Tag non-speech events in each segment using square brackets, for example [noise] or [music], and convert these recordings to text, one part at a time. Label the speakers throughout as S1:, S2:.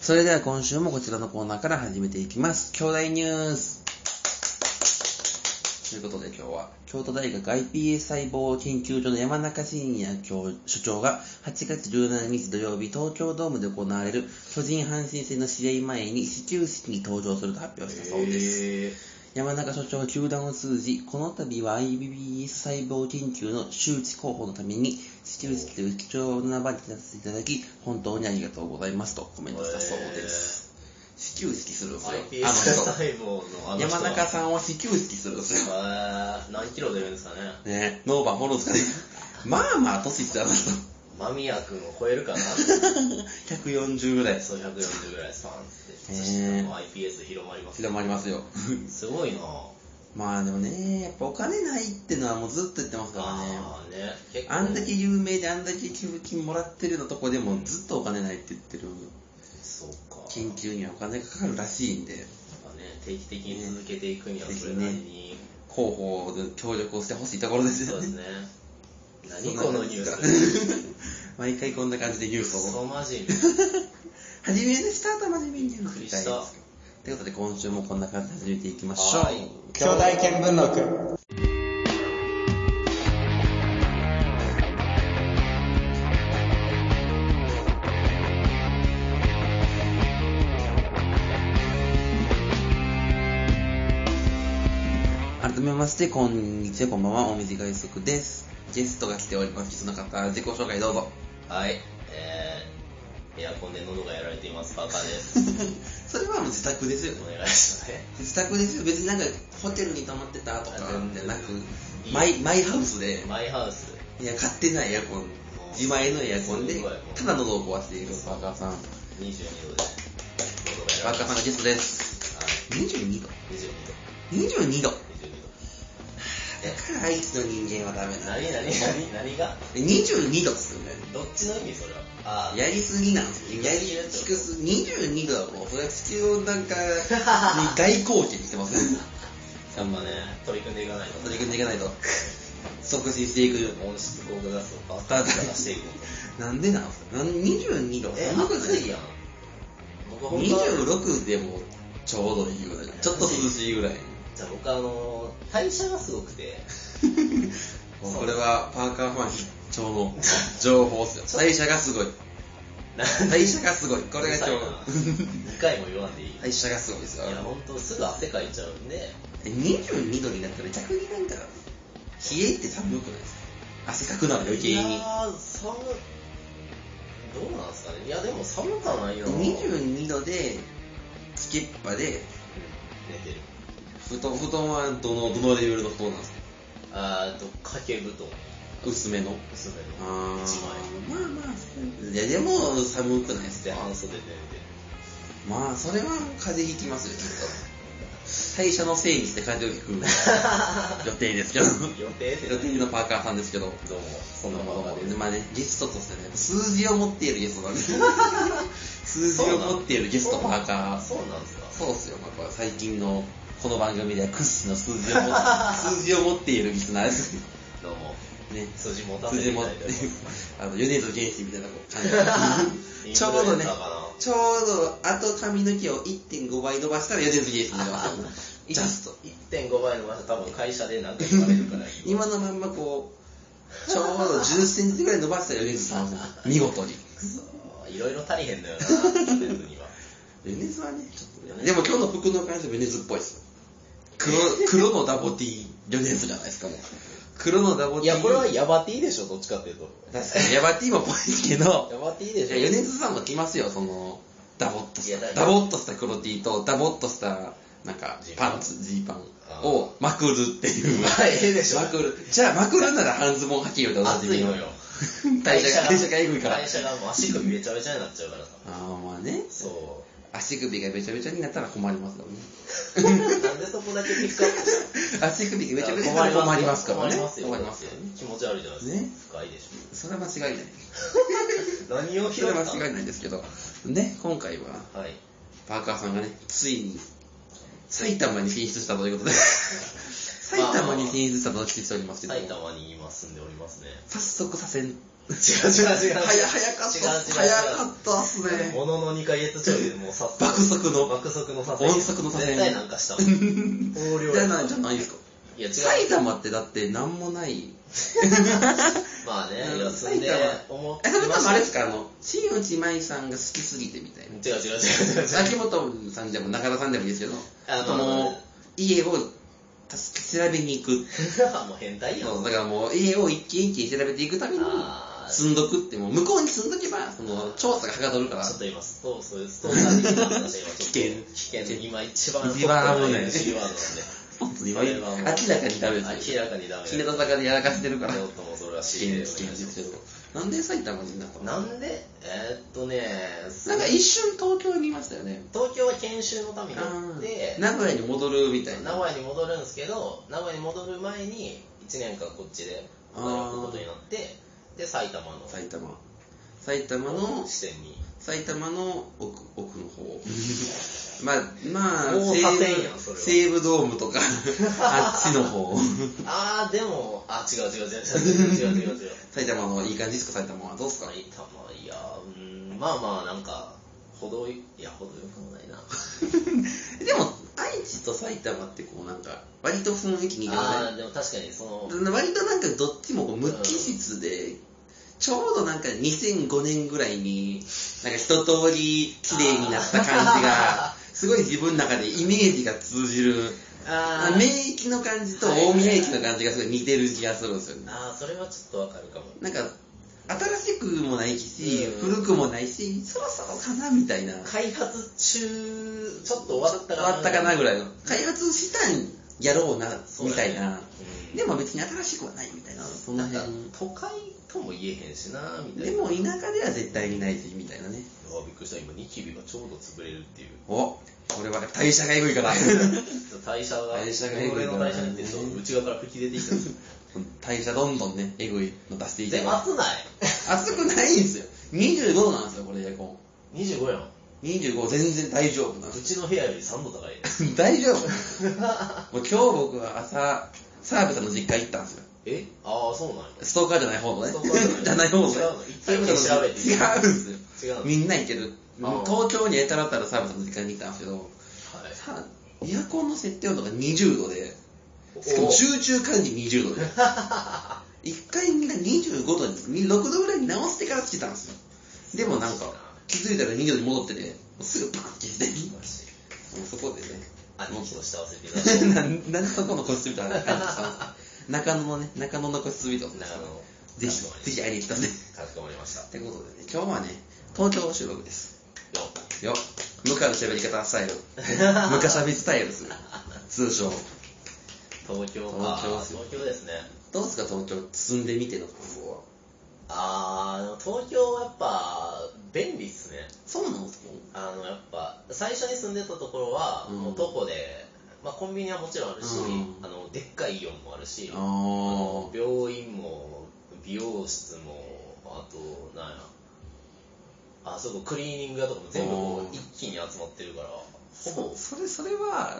S1: それでは今週もこちらのコーナーから始めていきます。兄弟ニュースということで今日は、京都大学 iPS 細胞研究所の山中伸也教所長が8月17日土曜日東京ドームで行われる巨人阪神戦の試合前に始球式に登場すると発表したそうです。山中所長は球団を通じ、この度は IBBS 細胞研究の周知広報のために、始球式という貴重な場に立たせていただき、本当にありがとうございますとコメントしたそうです。始球式するんですよ。
S2: iPS 細胞の
S1: あ
S2: あ
S1: の
S2: の
S1: 人
S2: 人
S1: 山中さんは始球式するんですよ。
S2: は何キロ出るんです [laughs] かね
S1: ねノーバンフォローズかね。まあまあ、年いって [laughs] あの人。 [laughs]
S2: 間宮君を超えるかな
S1: 140ぐらい。
S2: そう140ぐらいですパンってそ
S1: へー
S2: してもう iPS 広まります
S1: 広まりますよ。
S2: すごいな
S1: まあでもね、やっぱお金ないってのはもうずっと言ってますからね。
S2: あーね結構
S1: あんだけ有名であんだけ寄付金もらってるのとこでもずっとお金ないって言ってる
S2: そうか
S1: 研究にはお金がかかるらしいんで
S2: まあね定期的に続けていくにはそれなりに
S1: 広報で協力をしてほしいところです
S2: そう
S1: よ
S2: です
S1: ね [laughs]
S2: ね
S1: そ
S2: 何
S1: んな
S2: この
S1: 感
S2: ニ
S1: じ
S2: ュー
S1: ですから
S2: ス
S1: [laughs] 毎回こんな感じでニュー
S2: ク
S1: スを
S2: ソマジに
S1: 初めでスタート真面目にニュース
S2: びっく
S1: み
S2: り
S1: たい
S2: し
S1: で
S2: た
S1: すということで今週もこんな感じで始めていきましょう
S2: はい
S3: 兄弟見聞録
S1: 改めましてこんにちはこんばんはお水外足ですゲストが来ておりますその方自己紹介どうぞ
S2: はいえーエアコンで喉がやられていますパカです
S1: [laughs] それはもう自宅ですよね
S2: お願いしますね
S1: 自宅ですよ別になんかホテルに泊まってたとかじゃなくマイマイハウスで
S2: マイハウス
S1: いや買ってないエアコン自前のエアコンです
S2: ごいもう
S1: ただ喉を壊しているパーカーさん
S2: 22度で喉がや
S1: パ
S2: ら
S1: ーカ
S2: れて
S1: ー
S2: ま
S1: さんのゲストです
S2: すはい
S1: 22度
S2: 22
S1: 22度だか
S2: 度
S1: ら愛知の人間はダメな
S2: 22度何何何何が
S1: 22度っすよね
S2: どっちの意味それはあ
S1: やりすぎなんですよやり低す22度はもうそれは地球温暖化に [laughs] 大貢献して [laughs] ますね
S2: あやっぱね取り組んでいかないと
S1: 取り組んでいかないと促進していく
S2: 温室効果ガスをバッター
S1: [laughs]
S2: から出していく
S1: なんでなんすかなん22度
S2: え
S1: 寒くない
S2: 暑いやん僕本当は
S1: 26でもちょうどいいぐらいちょっと涼しいぐら [laughs] い
S2: じゃあ僕あの代謝がすごくて
S1: もうこれはパーカーファン必聴の情報っすよ代謝がすごい代謝がすごいこれが情
S2: [laughs]
S1: 報
S2: 2回も言わんでいい
S1: 代謝がすごいですよ
S2: いや本当すぐ汗かいちゃうんで
S1: 22度になったら逆になんか冷えって寒くないですか汗かくなら余計
S2: いや
S1: に
S2: ー寒どうなんすかねいやでも寒かないよ寝
S1: 22度でつけっぱで
S2: てる
S1: 布団布団はどのどのレベルの布団なんですか
S2: あーと掛け布団
S1: 薄めの
S2: 薄め
S1: あ
S2: の
S1: ー
S2: 一枚
S1: まあまあいやでも寒くないです
S2: で
S1: か
S2: 半袖で寝て
S1: [laughs] まあそれは風邪ひきますよ [laughs] きっと代謝のせいにして風邪をひく予定ですけど
S2: る予定っ
S1: [laughs]
S2: て
S1: 予定のパーカーさんですけど
S2: どうも
S1: こ
S2: そん
S1: の
S2: なも
S1: も
S2: の
S1: の
S2: が
S1: も
S2: 出
S1: ね
S2: る
S1: まあねゲストとしてね数字を持っているゲストなんです [laughs] 数字を持っているゲストパーカー
S2: そうなんですか
S1: そうっすよやっぱ最近のこの番組では屈指の数字を持 [laughs] 数字を持っているリスナーです
S2: どうも
S1: ね
S2: 筋持たせ
S1: 数字
S2: てい
S1: 持
S2: た
S1: っ
S2: だ
S1: て
S2: いております
S1: [laughs] あの米津玄師みたいな感じ
S2: イ
S1: [laughs]
S2: ン
S1: ちょう
S2: フルエ
S1: ど
S2: ン
S1: ね
S2: サーかな
S1: ちょうど、あと髪の毛を1.5倍伸ばしたら米津玄師になります。 [laughs] ジャスト。
S2: 1.5倍の場所多分会社で何か言われる
S1: [laughs]
S2: から
S1: 今のまんまこう、ちょうど10センチぐらい伸ばしたら米津さんは [laughs] 見事に。
S2: くそーいろいろ足りへんの
S1: [laughs]
S2: よな食べずには
S1: 米津はね、ちょっと。でも今日の服の感じは米津っぽいです。黒、黒のダボティ、米津じゃないですかもう。黒のダボ
S2: い
S1: ティ。
S2: やこれはヤバティでしょどっちかっていうと
S1: 確かにヤバティもぽいですけど、
S2: ヤバティ
S1: い
S2: で
S1: や、
S2: しょ
S1: 米津さんも来ますよ、その、ダボっと
S2: いや
S1: し
S2: だ
S1: た、
S2: から
S1: ダボっとした黒 T と、ダボっとした、なんか
S2: ジ、ーパン
S1: パンツ、ジーパン
S2: あ
S1: をまくるっていう。
S2: まあええでしょ
S1: まくる。じゃあ、まくるなら半ズボン履きよりおなじ
S2: 暑
S1: み
S2: い
S1: の
S2: のよ。 [laughs]
S1: 代謝が、代謝がえぐいから。あ
S2: 代謝がもう足首めちゃめちゃになっちゃうからさ
S1: あー、まあね。
S2: そ
S1: 足首がべちゃべちゃになったら困ります
S2: [laughs]
S1: よね。
S2: うなんでそこだけピックアップした
S1: 足首がべちゃべちゃになったら困りますからね。
S2: 困りますよ
S1: 困りますよね。
S2: 気持ち悪いじゃないですか、
S1: ね
S2: 深いでし
S1: それは間違いない。
S2: ょ何を
S1: そ
S2: 拾
S1: れ
S2: った
S1: は間違いないですけど。ね、今回は、
S2: はい
S1: パーカーさんがね、ついに、埼玉に進出したという
S2: [laughs]
S1: ことで、埼玉に進出したとお聞きしておりますけど、
S2: 埼玉に今住んでおりますね
S1: 早速左遷
S2: 違う違う違う。
S1: [laughs] 早早かったっす
S2: 違う違う違う
S1: 早かったっすね
S2: ものの2ヶ月ちょいでもうさ
S1: 爆速の
S2: 爆速の左遷。
S1: 音速の左遷
S2: 絶対なんかしたもん。横領
S1: じゃないじゃないですか
S2: いや違う。
S1: 埼玉ってだって何もない
S2: まあね、
S1: うん
S2: いや住んで
S1: 埼
S2: 思って
S1: えそれ
S2: ま
S1: 多
S2: し
S1: 分
S2: た
S1: あれですかあの新内舞さんが好きすぎてみ
S2: [laughs]
S1: たいな
S2: 違う違う違う違う違う。
S1: 秋元さんでも中田さんでもいいですけど
S2: あの
S1: その家を確か調べに行く
S2: [laughs] もう変態やん。
S1: だからもう家を一軒一軒調べていくために
S2: あー
S1: 住んどくってもう向こうに住んどけばその調査がはかどるから
S2: ちょっと今、そう、そういうストーカー的な話が今ちょっと、
S1: 危険
S2: 危険、今一番
S1: 一番危
S2: 危
S1: な
S2: ないい C ワードなんで。
S1: 本当に今明らかにダメです
S2: 明らかにダメ
S1: 日向坂でやらかしてるから
S2: ちょっともうそれは
S1: 危
S2: C
S1: 険
S2: でお願
S1: です危険
S2: いし
S1: で
S2: ま
S1: す
S2: す。
S1: けどなんで埼玉になったの
S2: なんで、えーっとね、
S1: なんか一瞬東京にいましたよね
S2: 東京は研修のために行って
S1: あー、名古屋に戻るみたい
S2: 名
S1: な
S2: 古屋に戻るんですけど名古屋に戻る前に1年間こっちで働くことになってで埼玉の
S1: 埼玉埼玉の
S2: 支店に
S1: 埼玉の奥奥の方まあまあ
S2: もう
S1: 西
S2: 左遷やんそ
S1: 武
S2: れは
S1: 西武ドームとかあっちの方 [laughs]
S2: ああでもあ違う違う違う違う違う違う違う違う
S1: 埼玉のいい感じですか埼玉はどうですか
S2: 埼玉いやうんまあまあなんか程よいいや程よくもないな
S1: [laughs] でも愛知と埼玉ってこうなんか割と雰囲気似て
S2: あ
S1: ま
S2: あでも確かにその
S1: せん割となんかどっちもこう無機質で、ちょうどなんか2005年ぐらいになんか一通り綺麗になった感じ
S2: [laughs]
S1: がすごい自分の中でイメージが通じる
S2: あ
S1: 名駅の感じと大宮駅の感じがすごい似てる気がするんですよね
S2: あーそれはちょっとわかるかも
S1: なんか新しくもないし、
S2: うん
S1: 古くもないしそろそろかなみたいな
S2: 開発中ちょっと終わったかな
S1: 終わったかなぐらいの開発したんやろうな
S2: そう
S1: み
S2: だ
S1: た
S2: ね
S1: いな、
S2: うん
S1: でも別に新しくはないみたいなそんな
S2: なんか
S1: 辺
S2: 都会とも言えへんしなみたいな
S1: でも田舎では絶対にないしみたいなね
S2: うわびっくりした今ニキビがちょうど潰れるっていう
S1: おこれは代謝がエグいから
S2: 代謝が
S1: 代謝が
S2: 俺の代謝ってちょっと内側から吹き出てきた
S1: 代謝どんどんねエグいの出していけ
S2: で
S1: ば
S2: 暑ない
S1: 暑くないんですよ25なんですよこれエアコン
S2: 25やん
S1: 25全然大丈夫なんです
S2: うちの部屋より3度高い
S1: [laughs] 大丈夫もう今日僕は朝澤部さんの実家行ったんですよ
S2: えああそうなんや
S1: ストーカーじゃない方のね
S2: ストーカー
S1: じ
S2: じ
S1: ゃな
S2: ゃないい
S1: 方のね
S2: 違うの
S1: そういうこと
S2: 一回一回
S1: 違うんです
S2: 違う
S1: よ
S2: の
S1: みんな行ける
S2: あー
S1: 東京にやたらたら澤部さんの実家に行ったんですけど
S2: は
S1: さエアコンの設定温度が20度で
S2: い
S1: しかも
S2: お [laughs]
S1: 集中管理20度で一回みんな25度に6度ぐらいに直してからつけたんですよでもなんか気づいたら2度に戻っててもうすぐパッて消して
S2: マジで
S1: もうそこでね
S2: 兄貴として合わせていただいて
S1: [laughs] なんなんでそこの個室みたいな感じさ中野のね中野の個室みたいな
S2: 長野の
S1: ぜひぜひ会いに来たね
S2: かしこまりました
S1: ってことでね今日はね東京収録です
S2: よっ
S1: よ向かう喋り方スタイル
S2: [laughs]
S1: 向かしゃべスタイルでする通称
S2: 東京か
S1: 東京です
S2: 東京ですね
S1: どうですか東京住んでみての感想は
S2: あーでも東京はやっぱ便利っすね
S1: そうなんですか
S2: あのやっぱ最初に住んでたところは、
S1: うん
S2: もう徒歩で、まあ、コンビニはもちろんあるし、
S1: うん
S2: あのでっかいイオンもあるし
S1: あ
S2: の
S1: ー
S2: 病院も美容室もあとなんやあそこクリーニング屋とかも全部こ
S1: うん
S2: う一気に集まってるからほ
S1: そ
S2: ぼ
S1: うそれそれは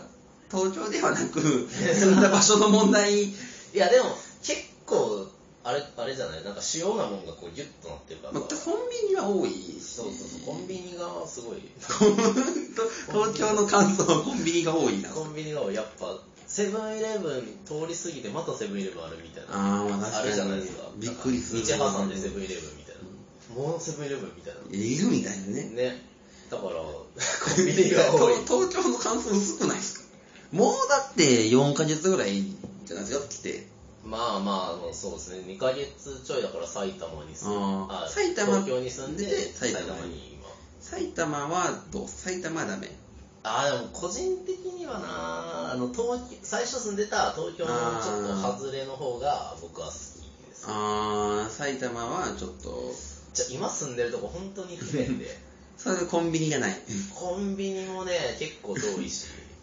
S1: 東京ではなく住んだ場所の問題
S2: いやでも結構あれあれじゃないなんか主要なもんがこうギュッとなってるから、
S1: まあコンビニは多いし
S2: そうそうそうコンビニがすごい
S1: 東京の感想はコンビニが多いな
S2: コンビニがやっぱセブンイレブン通り過ぎてまたセブンイレブンあるみたいな
S1: あーまあ確かに
S2: あるじゃないですか
S1: びっくりする
S2: 道挟んでセブンイレブンみたいなもうセブンイレブンみたいない
S1: るみたいなね
S2: ねだ
S1: [laughs]
S2: からコンビニが多い
S1: 東東京の感想薄くないですかもうだって4ヶ月ぐらいじゃないですか来て
S2: まあまあそうですね2ヶ月ちょいだから埼玉に住ん
S1: あー
S2: あ
S1: 埼玉
S2: 東京に住んで
S1: で埼
S2: 埼
S1: 玉に
S2: 玉に今
S1: 埼玉はどう埼玉はダメ
S2: あーでも個人的にはなあの東京最初住んでた東京のちょっと外れの方が僕は好きです
S1: あー埼玉はちょっと
S2: じゃ今住んでるとこ本当に不便
S1: [laughs]
S2: で
S1: それコンビニがない
S2: コンビニもね結構遠いし
S1: [laughs]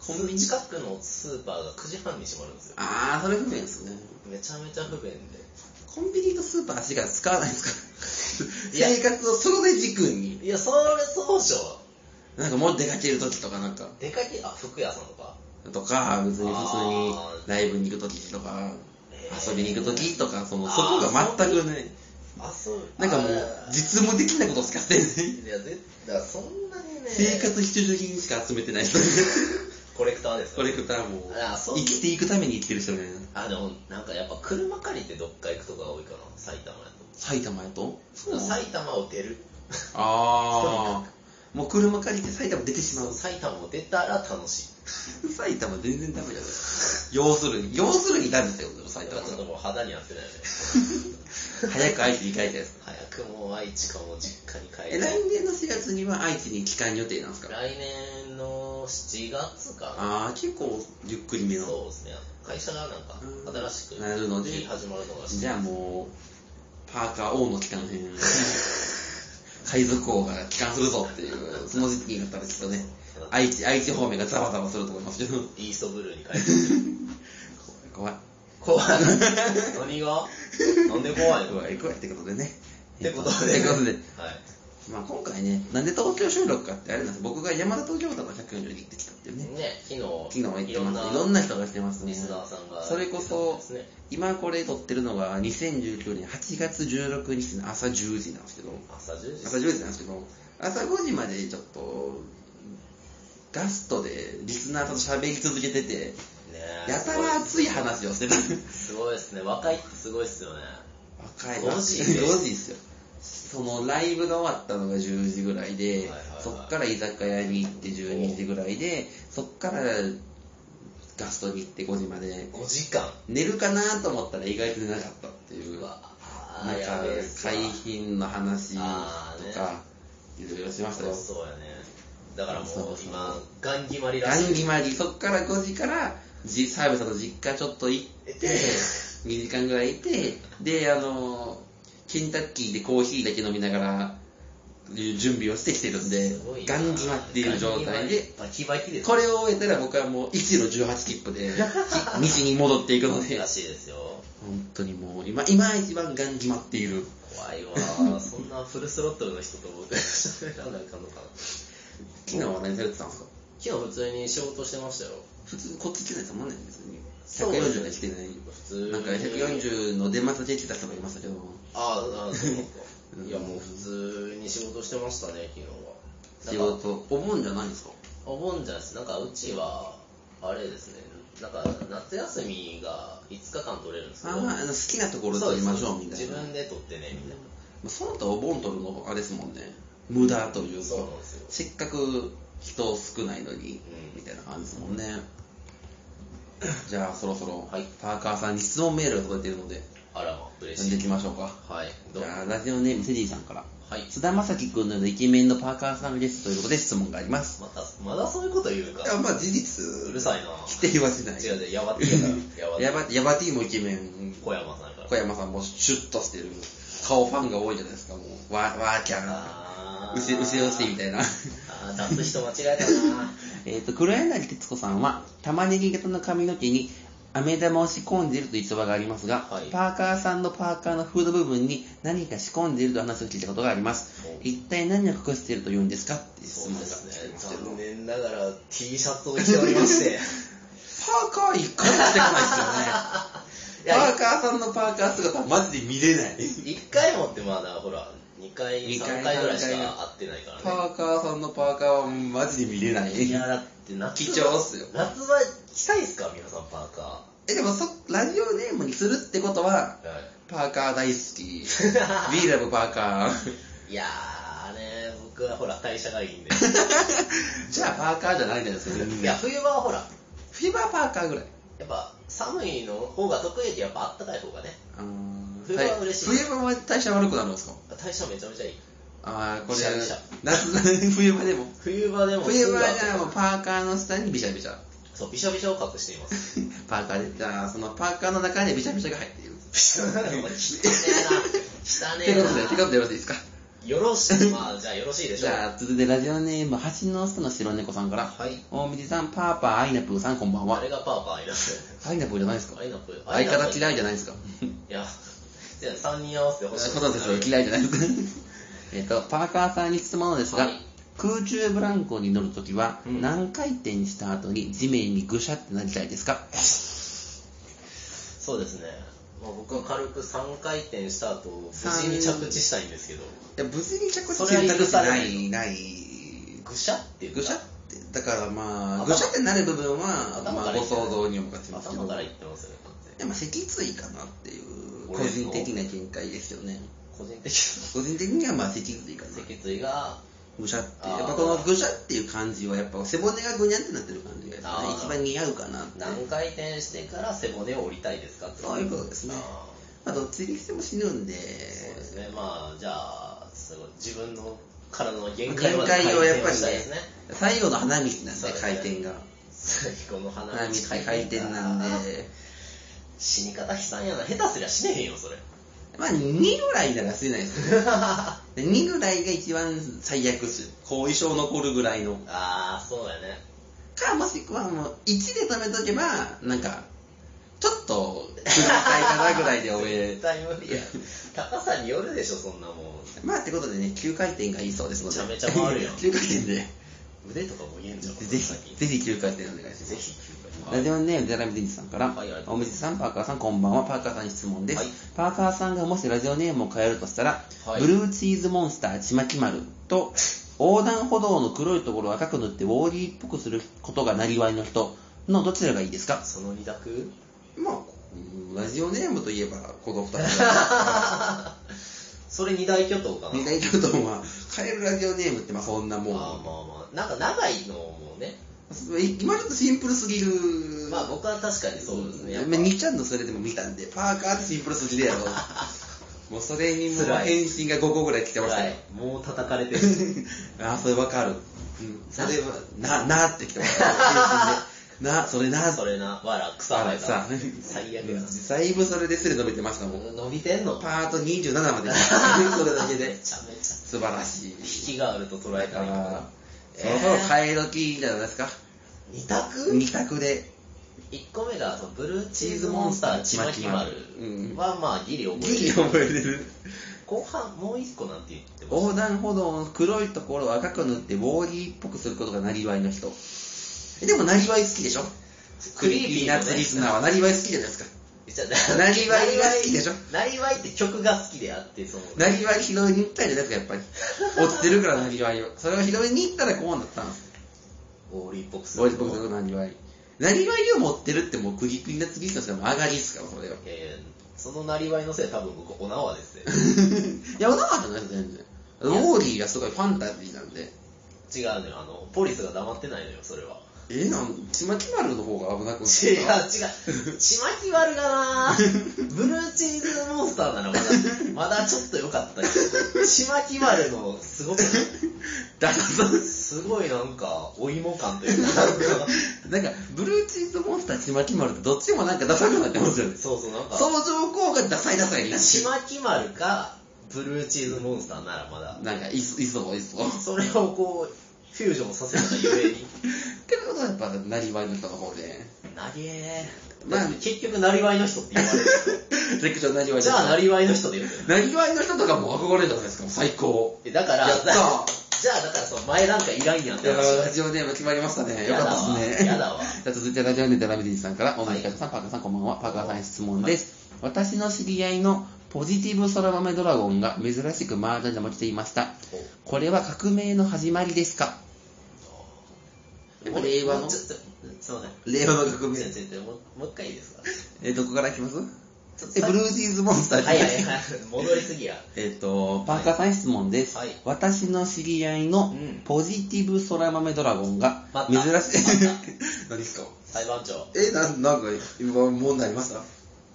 S1: コンビニ
S2: 近くのスーパーが9時半に閉まるんですよ
S1: ああそれ不便ですね
S2: めちゃめちゃ不便で
S1: コンビニとスーパーしか使わないですか
S2: いや
S1: [laughs] ら生活をそれで軸に
S2: いやそれそうでしょ
S1: なんかもう出かける時とかなんか
S2: 出かけあ服屋さんとか
S1: とか別に普通に
S2: あー
S1: ライブに行く時とか
S2: えー
S1: 遊びに行く時とかその
S2: あー
S1: そこが全くね
S2: ああそう
S1: なんかもう
S2: あ、
S1: 実務的なことしかしてない。
S2: いや絶対そんなにね
S1: 生活必需品しか集めてない人。
S2: コレクターですか
S1: コレクターも
S2: あそう
S1: 生きていくために生きてる人みたいな。
S2: あでもなんかやっぱ車借りてどっか行くとか多いかな埼玉や
S1: 埼玉やと
S2: と埼玉を出る
S1: ああ。もう車借りて埼玉出てしまう。
S2: 埼玉を出たら楽しい
S1: 埼玉全然ダメだよ。要するに、要するにダメですよ、でも埼
S2: だか
S1: 玉
S2: らちょっともう肌に合ってないよね
S1: 早く愛知に帰りたいです。
S2: 早くもう愛知かも実家に帰
S1: え、
S2: る
S1: 来年の4月には愛知に帰還予定なんですか
S2: 来年の7月かな
S1: ああ、結構ゆっくりめの。
S2: そうですね会社がなんか
S1: うん
S2: 新しく
S1: なるので
S2: 始まるのが
S1: じゃあもう、パーカー王の帰還
S2: [laughs]
S1: 編。海賊王が帰還するぞっていう、その時期になったらきっとね、愛知、愛知方面がザワザワすると思いますけど、
S2: イーストブルーに帰る
S1: 怖い。
S2: 怖い何がなんで怖いの
S1: 怖い、怖いってことでね。
S2: ってこと
S1: え
S2: で
S1: っとことで
S2: はい
S1: まあ今回ね、なんで東京収録かってあれなんです僕が山田東京都の140に行ってきたっていうね。
S2: ね、昨日、
S1: 昨日行って
S2: いろん
S1: ま
S2: な
S1: す。いろんな人が来てますね
S2: リ。スナーさんが、
S1: それこそ
S2: ですね、
S1: 今これ撮ってるのが2019年8月16日の朝10時なんですけど、
S2: 朝10時、
S1: 朝10時なんですけど、朝5時までちょっと、ガストでリスナーさんと喋り続けてて、
S2: ね
S1: やたら熱い話をしてた。
S2: すごいですね、若いってすごいですよね、
S1: 若い
S2: 5時
S1: 5時ですよそのライブが終わったのが10時ぐらいで、
S2: はいはいはい
S1: そっから居酒屋に行って12時ぐらいでそっからガストに行って5時まで
S2: 5時間、
S1: 寝るかなと思ったら意外と寝なかったっていうな
S2: う
S1: んか
S2: わ、あーやべえっすわ
S1: 海浜の話と
S2: あー
S1: かいろいろしましたよ
S2: そうやね、だからも
S1: そうそう
S2: う
S1: そう
S2: 今、ガン決まりら
S1: ガン
S2: しい、
S1: 決まりそっから5時からじ澤部さんの実家ちょっと行って
S2: [laughs] え
S1: 2時間ぐらいいてであのケンタッキーでコーヒーだけ飲みながら準備をしてきてるんです
S2: ごいな
S1: ガン決まっている状態で、
S2: ガン決まりバキバキです、
S1: これを終えたら僕はもう1路18切符
S2: [laughs]
S1: で西に戻っていくので
S2: らしいですよ、
S1: 本当にもう今今一番ガン決まっている
S2: 怖いわ、 [laughs] そんなフルスロットルの人と僕、喋らなあかんのかな、
S1: 昨日は何されてたんですか
S2: 昨日、普通に仕事してましたよ、
S1: 普通こっち来てないですもんね別に
S2: そうです
S1: 140で来てない
S2: 普通に
S1: なんか140の出待ちで来てた人がいましたけど
S2: ああ、そうなんか
S1: うん
S2: [laughs] いや、もう普通に仕事してましたね、
S1: 仕
S2: 昨日は。なんか、
S1: 事お盆じゃないんですか
S2: お盆じゃないです。なんか、うちは、あれですね、なんか、夏休みが5日間取れるんですけ
S1: あ
S2: ど、
S1: ーあの好きなところ取りましょうみたい
S2: 自
S1: な
S2: 分で取ってね、みた
S1: ま
S2: い
S1: あその他お盆取るのあれですもんね無駄という
S2: な。
S1: か
S2: そうなんですよ。
S1: せっかく人少ないのに、
S2: うん
S1: みたいな感じですもん
S2: [clears throat]
S1: ねじゃあそろそろ、
S2: はい
S1: パーカーさんに質問メールが届いているので
S2: あらま、嬉
S1: 読ん
S2: し
S1: で
S2: い。
S1: いきましょうか
S2: はい、ど
S1: じ
S2: うも。
S1: ゃあラジオネームセディさんから
S2: はい。
S1: 菅田将暉君のようなイケメンのパーカーさんですということで質問があります
S2: また、まだそういうこと言うか。
S1: まあ事実
S2: うるさいな。
S1: 否定はしない
S2: 違う違う、やばってやから。やばって
S1: ヤバヤバティもイケメン
S2: 小山さんやから。
S1: 小山さんもシュッとしてる顔ファンが多いじゃないですかもうワーワーキャー
S2: あー
S1: 牛牛押してみたいな
S2: あー、出す人間違えたな。
S1: [laughs] えっと黒柳徹子さんは玉ねぎ型の髪の毛に飴玉を仕込んでいるという逸話がありますが、
S2: はい
S1: パーカーさんのパーカーのフード部分に何か仕込んでいるという話を聞いたことがあります
S2: お
S1: 一体何を隠していると言うんですかっていう質
S2: そう
S1: 問
S2: で
S1: が来
S2: す
S1: て
S2: ね
S1: ますけど、
S2: 残念ながら T シャツを着ておりまして [laughs]
S1: パーカー一回もしてこないですよね [laughs]
S2: いや
S1: パーカーさんのパーカー姿はマジで見れない
S2: 1回もってまだほら2回
S1: 二回
S2: 3回ぐらいし
S1: 三回
S2: か会ってないか
S1: [laughs] パ
S2: らね
S1: ーカーさんのパーカーはマジで見れない
S2: いやだって夏
S1: 貴重っすよ
S2: 夏は着たいっすか皆さんパーカーは
S1: えでもそラジオネームにするってことはいパーカー大好
S2: [laughs]
S1: き We love パーカー
S2: いやーね僕はほら代謝がいいんで
S1: じゃあパーカーじゃないじゃないですか全
S2: いや
S1: 然
S2: 冬場はほら
S1: フィバーパーカーぐらい
S2: やっぱ寒いの方が得意やけどやっぱあったかい方がね
S1: うーん
S2: 冬場は嬉しい
S1: 冬場は代謝悪くなるんですか
S2: 代謝めちゃめちゃいい
S1: ああこれ
S2: シャリシャ
S1: 夏 [laughs] 冬場でも
S2: 冬場でも
S1: 冬場は
S2: す
S1: じ
S2: ぐ
S1: ゃあ
S2: 暑い
S1: もうパーカーの下にビシャビシ
S2: [laughs]
S1: ャ
S2: そうびしょびしょを隠しています
S1: パーカーでじゃあそのパーカーの中にビシャビシャが入っている
S2: 汚ねえ
S1: という
S2: な汚ねえな
S1: ことでということでよろしいですか
S2: よろしい、まあ、じゃあよろしいでし
S1: じ
S2: ょう。
S1: ゃあ続いてラジオネーム橋の下の白猫さんから、
S2: はい。
S1: 大水さんパーパーアイナプーさんこんばんは
S2: あれがパーパーアイナプ
S1: アイナプーじゃないですか
S2: ー。アイナプー。
S1: 相方嫌いじゃ
S2: ゃ
S1: ないですか
S2: いや、じゃあ3人合わせてほしい。
S1: そうですよ嫌いじゃないですかえっとパーカーさんに質問なのですが、
S2: はい
S1: 空中ブランコに乗るときは、
S2: うん
S1: 何回転した後に地面にぐしゃってなりたいですか
S2: そうですね。まあ、僕は軽く3回転した後無事に着地したいんですけど
S1: いや無事に着
S2: そ
S1: 地
S2: れ
S1: 選
S2: は
S1: 択
S2: 許
S1: 肢
S2: され
S1: な
S2: ない
S1: いない
S2: ぐしゃっていうか
S1: ぐしゃってだからまあ
S2: 頭
S1: ぐしゃってなる部分は、
S2: 頭
S1: ま
S2: か
S1: あ、
S2: らい
S1: ご
S2: って
S1: 想像にお任せしますけ
S2: 頭
S1: ど
S2: からいってますよね
S1: いやまあ脊椎かなっていう個
S2: 俺の
S1: 人的な見解ですよね
S2: 個人的な
S1: 個人的にはまあ脊椎かな
S2: 脊椎が
S1: ぐしゃって
S2: あ
S1: や
S2: ー
S1: っぱこのぐしゃっていう感じはやっぱ背骨がぐにゃってなってる感じがやっぱね
S2: あー
S1: 一番似合うかなって
S2: 何回転してから背骨を折りたいですかって
S1: そういうことですね
S2: あ
S1: まあどっちにしても死ぬんで
S2: ーそうですねまあじゃあすごい自分の体の限
S1: 限
S2: 界まで
S1: 界をやっぱ
S2: 回転
S1: り
S2: したいで
S1: ね
S2: すね
S1: 最後の花道なんで
S2: そうですね
S1: 回転が
S2: 最後の花
S1: 花道回転なんで
S2: 死に方悲惨やな下手すりゃ死ねへんよそれ
S1: まあ2ぐらいなら死ねないですよ
S2: [laughs] あ
S1: 2ぐらいが一番最悪っす後遺症残るぐらいの
S2: あそうやね
S1: かもしくはもう1で止めとけばなんかちょっと苦しいかなぐらいで終え
S2: 絶対無理や高さによるでしょそんなもん
S1: まあってことでね9回転がいいそうですので
S2: めちゃめちゃ回
S1: [laughs]
S2: るやん
S1: 9回転で
S2: 腕とかも言えんじゃん
S1: ぜ
S2: この先
S1: ひぜひ9回転お願いします
S2: ぜひ9回
S1: ラジオネームゼラミデンジさんから、
S2: はいありがとう
S1: お
S2: ございま
S1: 店
S2: す
S1: さん、パーカーさん、こんばんは。パーカーさんに質問です。
S2: はい
S1: パーカーさんがもしラジオネームを変えるとしたら、
S2: はい
S1: ブルーチーズモンスターちまき丸と、横断歩道の黒いところを赤く塗ってウォーリーっぽくすることがなりわいの人のどちらがいいですか
S2: その二択
S1: まあ、ラジオネームといえば、この二
S2: [laughs] それ二大巨頭か
S1: [laughs]
S2: な
S1: 二大巨頭は、変えるラジオネームって、まあそんなもん。
S2: まあまあまあなんか長いのもね
S1: 今ちょっとシンプルすぎる。
S2: まあ僕は確かにそうですねやっぱ
S1: まあ、2ちゃんのそれでも見たんで、パーカーってシンプルすぎるやろ。もうそれにもう
S2: 辛い
S1: 返信が5個ぐらい来てました
S2: は
S1: よ
S2: い。もう叩かれてる
S1: ああ、それわかる。うん、それは、な、なって来てました。返信でな、それな、
S2: そ
S1: れ。
S2: れなわら草生えた
S1: さ、
S2: 最悪やな
S1: だいぶそれですれ伸びてましたもん。
S2: 伸びてんの
S1: パート27ま [laughs] で来ました。それだけ
S2: め
S1: で。
S2: ちゃめちゃ
S1: 素晴らしい。
S2: 引きがあると捉
S1: だ
S2: えた
S1: から、
S2: いいから
S1: そろそろ替え時じゃないですか。
S2: 二択
S1: 二択で。
S2: 1個目がそのブルーチーズモンスターちまき丸
S1: うん
S2: はまあギリ覚えて
S1: ギリ
S2: る
S1: 覚えれる。
S2: 後半もう1個なんて言ってまし
S1: 横断歩道の黒いところを赤く塗ってウォーリーっぽくすることがなりわいの人えでもなりわい好きでしょ
S2: た
S1: クリーピーナッツリスナーはなりわい好きじゃないですか
S2: じゃ
S1: [laughs]
S2: あ
S1: なりわいが好きでしょ
S2: なりわいって曲が好きであってその
S1: なりわい拾いに行ったじゃないですかやっぱり落ちてるからなりわいをそれを拾いに行ったらこうなったんです
S2: オーリーっぽくす
S1: ウォー
S2: る
S1: リーっぽくすることなりわいなりわいを持ってるってもうクリーピーナッツリスナーしかも上がりですからそれは
S2: えーそのなりわいのせいで多分僕お縄ですね
S1: いやなかったんです全然ウォーリーがすごいファンタジーなんで
S2: 違うのよあのポリスが黙ってないのよそれは
S1: えなんちまき丸の方が危なくない
S2: 違う違うちまき割るがなブルーチーズモンスターならまだまだちょっと良かったけどちまき割るのすごく
S1: だからそう
S2: すごいなんかお芋感というかなんか
S1: なんか、ブルーチーズモンスターちまき丸ってどっちもなんかダサくなってますよね。
S2: そうそうなんか
S1: 相乗効果ダサいダサいになって
S2: ちまき丸かブルーチーズモンスターならまだ
S1: なんか、いそ、いそう、いそう。っ
S2: それをこうフュージョンさせたがゆえに
S1: てことはやっぱ、なりわいの人の方で。 [laughs]
S2: なげえ
S1: まあ
S2: だって結局なりわいの人って言われる
S1: セクションなりわいの人
S2: じゃあなりわいの人で言うて
S1: なりわいの人とかも憧れるじゃないですか、最高。
S2: るだから
S1: やったー
S2: じゃあだからその前なんかいらんやんっ
S1: い
S2: て
S1: や
S2: 話
S1: ラジオネーム決まりましたね。よかったですね。
S2: やだわやだわ
S1: じゃあ続いてラジオネームデラビディさんから、
S2: い
S1: おめでさん、パーカーさんこんばんは。パーカーさんに質問です。私の知り合いのポジティブ空豆ドラゴンが珍しくマージャンでも来ていました。これは革命の始まりですか令和の
S2: ちょっとすいません
S1: 令和の革
S2: 先生もうもう一回いいですか
S1: えどこからいきます
S2: ちょっと
S1: えブルーチーズモンスター
S2: はいはいはい戻りすぎや
S1: えっと、パーカーさんに質問です、
S2: はい
S1: 私の知り合いの
S2: うん
S1: ポジティブ空豆ドラゴンが
S2: また
S1: 珍しい。
S2: ま
S1: [laughs] 何ですか
S2: 裁判長
S1: え、なんなんか今問題ありました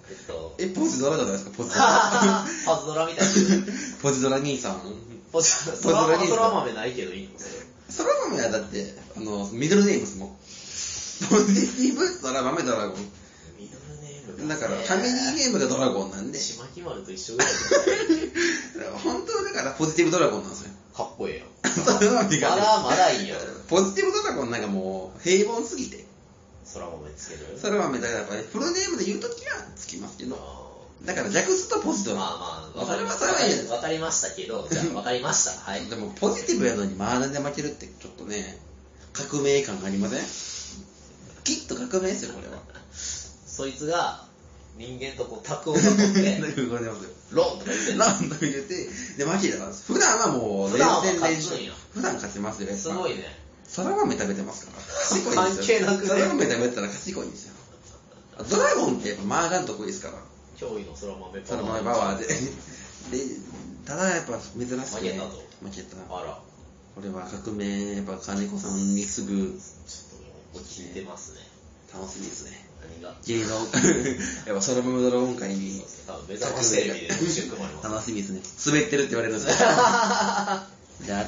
S2: えっ
S1: [laughs]
S2: と
S1: え、ポジドラじゃないですか、ポジド [laughs] ラ。
S2: パズドラみたいな
S1: ポジドラ兄さん。
S2: ポジそら
S1: ポジドラいいですか
S2: そら豆ないけどいいのそれ
S1: 空豆はだって、あの、ミドルネームですもん。 [laughs] ポジティブ空豆ドラゴン。
S2: ミドルネーム
S1: だから、フ
S2: た
S1: ァミ
S2: め
S1: リーネームがドラゴンなんで、
S2: ちまき丸と一緒ぐらい
S1: 本当はだからポジティブドラゴンなんですよ。
S2: かっこええやん
S1: それ [laughs] は違う
S2: [laughs] まだまだいいよ
S1: ポジティブドラゴンなんかもう平凡すぎて
S2: 空豆つける
S1: それはだからやっぱりフルネームで言うときはつきますけ
S2: ま
S1: どだから略すとポジ
S2: あ
S1: ドラ
S2: まあわ
S1: そ
S2: か
S1: れ
S2: り
S1: は
S2: ま
S1: それはいい
S2: したわかりましたけどじゃあわかりましたはい
S1: でもポジティブやのにマーダンで負けるってちょっとね革
S2: [laughs]
S1: 命感ありませんきっと革命ですよこれは
S2: そいつが人間とこう、卓を囲って、
S1: なんか言われますよ。
S2: ロンとか言ってんの
S1: なんとか言って、で、マキだからです。普段はもう、
S2: 普
S1: 全
S2: 段は
S1: 然練
S2: 勝つん
S1: 習
S2: や。
S1: 普段勝ちますよ、やっぱ
S2: すごいね。
S1: そら豆食べてますから。
S2: [laughs]
S1: 賢いんですよ。
S2: 関係なくね
S1: そら豆食べたら賢いんですよ。ドラゴンってやっぱ麻雀得意ですから。
S2: 驚異の空豆
S1: そら豆パワーで。で、ただやっぱ珍しく、ね、
S2: 負けたと
S1: 負けた。
S2: あら、
S1: これは革命、やっぱ金子さんにすぐ
S2: ちょっともう聞いてますね。
S1: 楽しみですね。
S2: 何が。
S1: 芸能、 [laughs] やっぱそら豆ドラゴン界に
S2: 多分目覚ましテレビで特集組まれます。
S1: 楽しみですね。滑ってるって言われるんですよ。 [laughs] じゃあ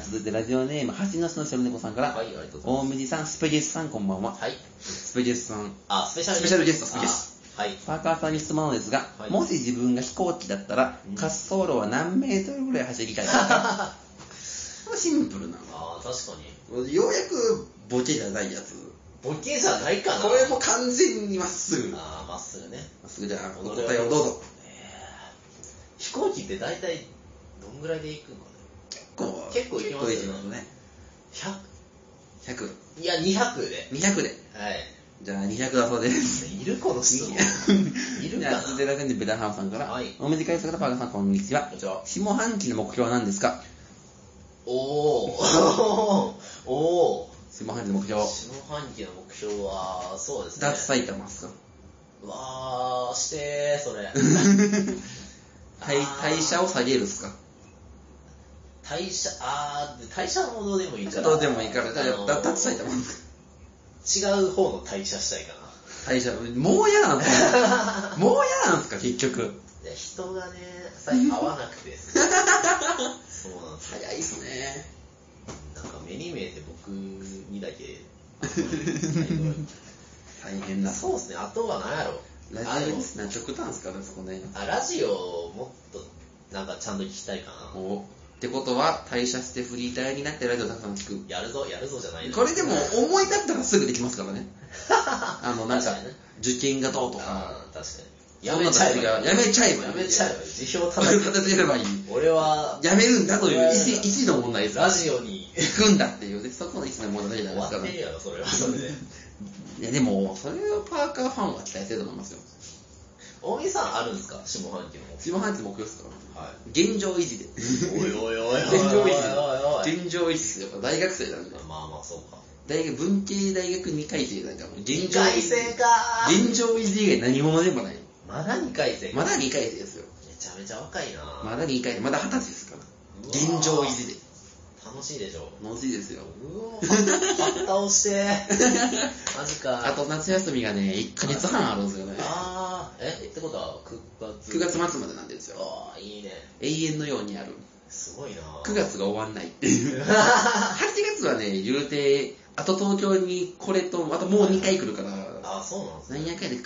S1: 続いてラジオネーム、橋の下の白猫さんから、
S2: はい、ありがとうございま
S1: 大麦さん、スペゲスさん、こんばんは
S2: す。。はい。
S1: スペゲスさん、
S2: あ、スペシャル
S1: スペシャルゲストスペゲス
S2: あはい。
S1: パーカーさんに質問なのですが、
S2: はい
S1: もし自分が飛行機だったら、
S2: うん
S1: 滑走路は何メートルぐらい走りたいですかシンプルな
S2: ああ、確かに。
S1: の。ようやくボケじゃないやつ。
S2: ボケじゃないかな。
S1: これも完全にまっすぐ。まっ
S2: ああ、まっすぐね。
S1: すぐじゃあ、お答えをどうぞ。
S2: 飛行機って大体、どんぐらいで行くのかね。
S1: こう
S2: 結構いきます
S1: 結
S2: よね
S1: 構いきまね。
S2: 100?
S1: 100。
S2: いや、200で。
S1: 200で。
S2: はい。
S1: じゃあ、200だそうです。
S2: いるこの質問。いる
S1: じ
S2: か
S1: ゃ
S2: な
S1: あ、続いてラジオネームベタハンさんから、
S2: はい
S1: おめでかい姿パーカーさん、こんにちは
S2: こん。にちは
S1: 下半期の目標は何ですか
S2: [laughs] おー。おー。
S1: 下半期の目標。
S2: 下半期の目標は、そうですね。
S1: 脱埼玉っすか
S2: わー、してー、そ
S1: [laughs]
S2: れ。
S1: 代
S2: あー
S1: 代謝を下げるっすか
S2: 代謝、あー、代謝もどうでもいいから。
S1: どうでもいいから、じゃ
S2: あの
S1: あ、だ脱埼玉っすか
S2: 違う方の代謝したいかな。
S1: 代謝、もう嫌なんすかもう嫌なんすか、結局。
S2: いや人がね、最近合わなく
S1: [laughs]
S2: て。そうなんですよ。
S1: 早いっすね。
S2: なんか目に見えて僕にだけ。
S1: 大変な。
S2: そうですね、あとは何やろ。
S1: ラ
S2: あ
S1: ジ
S2: で
S1: オ
S2: も
S1: リスナー極端っすからね、そこね。
S2: あラジオをもっとなんかちゃんと聞きたいかな。
S1: おってことは、代謝してフリーターになってラジオたくさん聞く。
S2: やるぞ、やるぞじゃないの
S1: これでも、思い立ったらすぐできますから [laughs] ね。あの、なんか
S2: 確かにね、
S1: 受験がどうとか。
S2: あー確かに。
S1: やめちゃえばいいやめちゃえばいい
S2: やめちゃえばいい辞表
S1: そう
S2: 叩
S1: い
S2: いう
S1: [laughs]
S2: て。
S1: 形でやればいい。
S2: 俺は、
S1: やめるんだという意思、意思の問題です。
S2: ラジオに
S1: 行くんだっていうね、そこの意思の問題じゃない
S2: 終
S1: です
S2: わ
S1: から
S2: ってるやろ、それはそれで。
S1: いやでも、それをパーカーファンは期待してると思いますよ。
S2: 大見さんあるんですか下半期の。
S1: 自分半日目標ですから。
S2: はい。
S1: 現状維持で。
S2: おいおいおいおいおいおいおい
S1: 現状維持。現状
S2: おい
S1: 維持ですよ。やっぱ大学生なんで。
S2: まあまあそうか
S1: 大学、文系大学2回生なんかもう現状維
S2: 回
S1: 持。
S2: 生か
S1: 現状維持以外何者でもない。
S2: まだ2回生か
S1: まだ2回生ですよ。
S2: めちゃめちゃ若いな、
S1: まだ2回生。まだ20歳ですから。
S2: うわ
S1: 現状維持で。
S2: 楽しいで [laughs] しょ
S1: 楽しいですよ。
S2: うわぁ倒 [laughs] してマジか
S1: あと夏休みがね、1ヶ月半あるんですよね。
S2: あーえってことは9月
S1: 9月末までなんですよ。
S2: ああいいね
S1: 永遠のようにある。
S2: すごいな
S1: 9月が終わんないって
S2: [laughs]
S1: いう。8月はね、言うて、あと東京にこれと、あともう2回来るから、
S2: ああそうなんですね
S1: なんやかんやで、9 8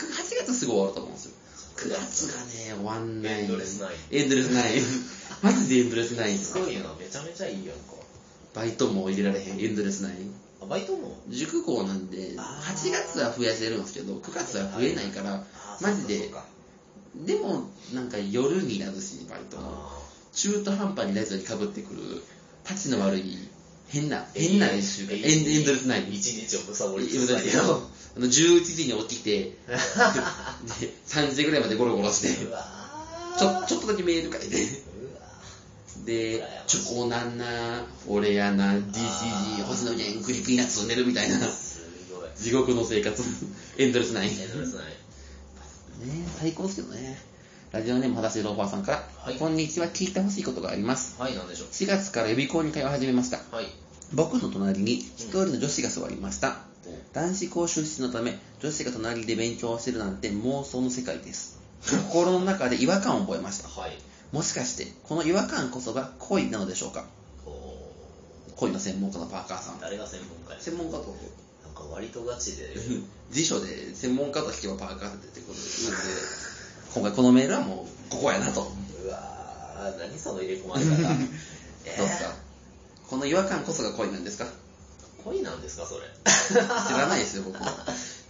S1: 月すぐ終わると思うんですよ。9月がね、終わんない。
S2: エンドレスナイト
S1: エンドレスナイン。
S2: [laughs]
S1: マジでエンドレスナイン。
S2: すごいなめちゃめちゃいいやんか
S1: バイトも入れられへん、エンドレスナイン。
S2: あバイトも
S1: 塾校なんで、
S2: あー
S1: 8月は増やせるんですけど、9月は増えないから
S2: あ、ー
S1: マジ
S2: そう
S1: で、
S2: か
S1: でも、なんか夜になるし、バイト
S2: そう
S1: も。
S2: か
S1: 中途半端にラジオにかぶってくる、たちの悪い、変な、変な練習が、エンエンドレスナイン。
S2: 一日をむさぼ
S1: 俺
S2: り
S1: 言う
S2: 続
S1: と
S2: け
S1: き
S2: て
S1: けどあの11時に起き [laughs] て、で3時ぐらいまでゴロゴロして、
S2: うわ
S1: ちょちょっとだけメール書いて、
S2: うわ
S1: で、チョコなんな、俺やな、DCG、星野源、クリピーナッツを寝るみたいな、
S2: すごい
S1: 地獄の生 [laughs] 活、エンドレスナイン。ね
S2: エンドレスナイン
S1: 最高ですけどね。ラジオネーム、裸足ローファーさんから、
S2: はい
S1: こんにちは、聞いてほしいことがあります。
S2: はいなんでしょう
S1: 4月から予備校に通い始めました。
S2: はい
S1: 僕の隣に一人の女子が座りました。
S2: お
S1: 男子校出身のため女子が隣で勉強をしてるなんて妄想の世界です心の中で違和感を覚えました
S2: はい
S1: もしかしてこの違和感こそが恋なのでしょうか
S2: お
S1: 恋の専門家のパーカーさん
S2: 誰が専門家や
S1: 専門家と
S2: なんか割とガチで
S1: 辞書で専門家と聞けばパーカーって出てくるので今回このメールはもうここやなとどう
S2: うわー何その入れ込まれ
S1: [laughs]
S2: 方えー
S1: ですか、この違和感こそが恋なんですか
S2: 恋なんですかそれ [laughs]
S1: 知らないですよ [laughs] 僕は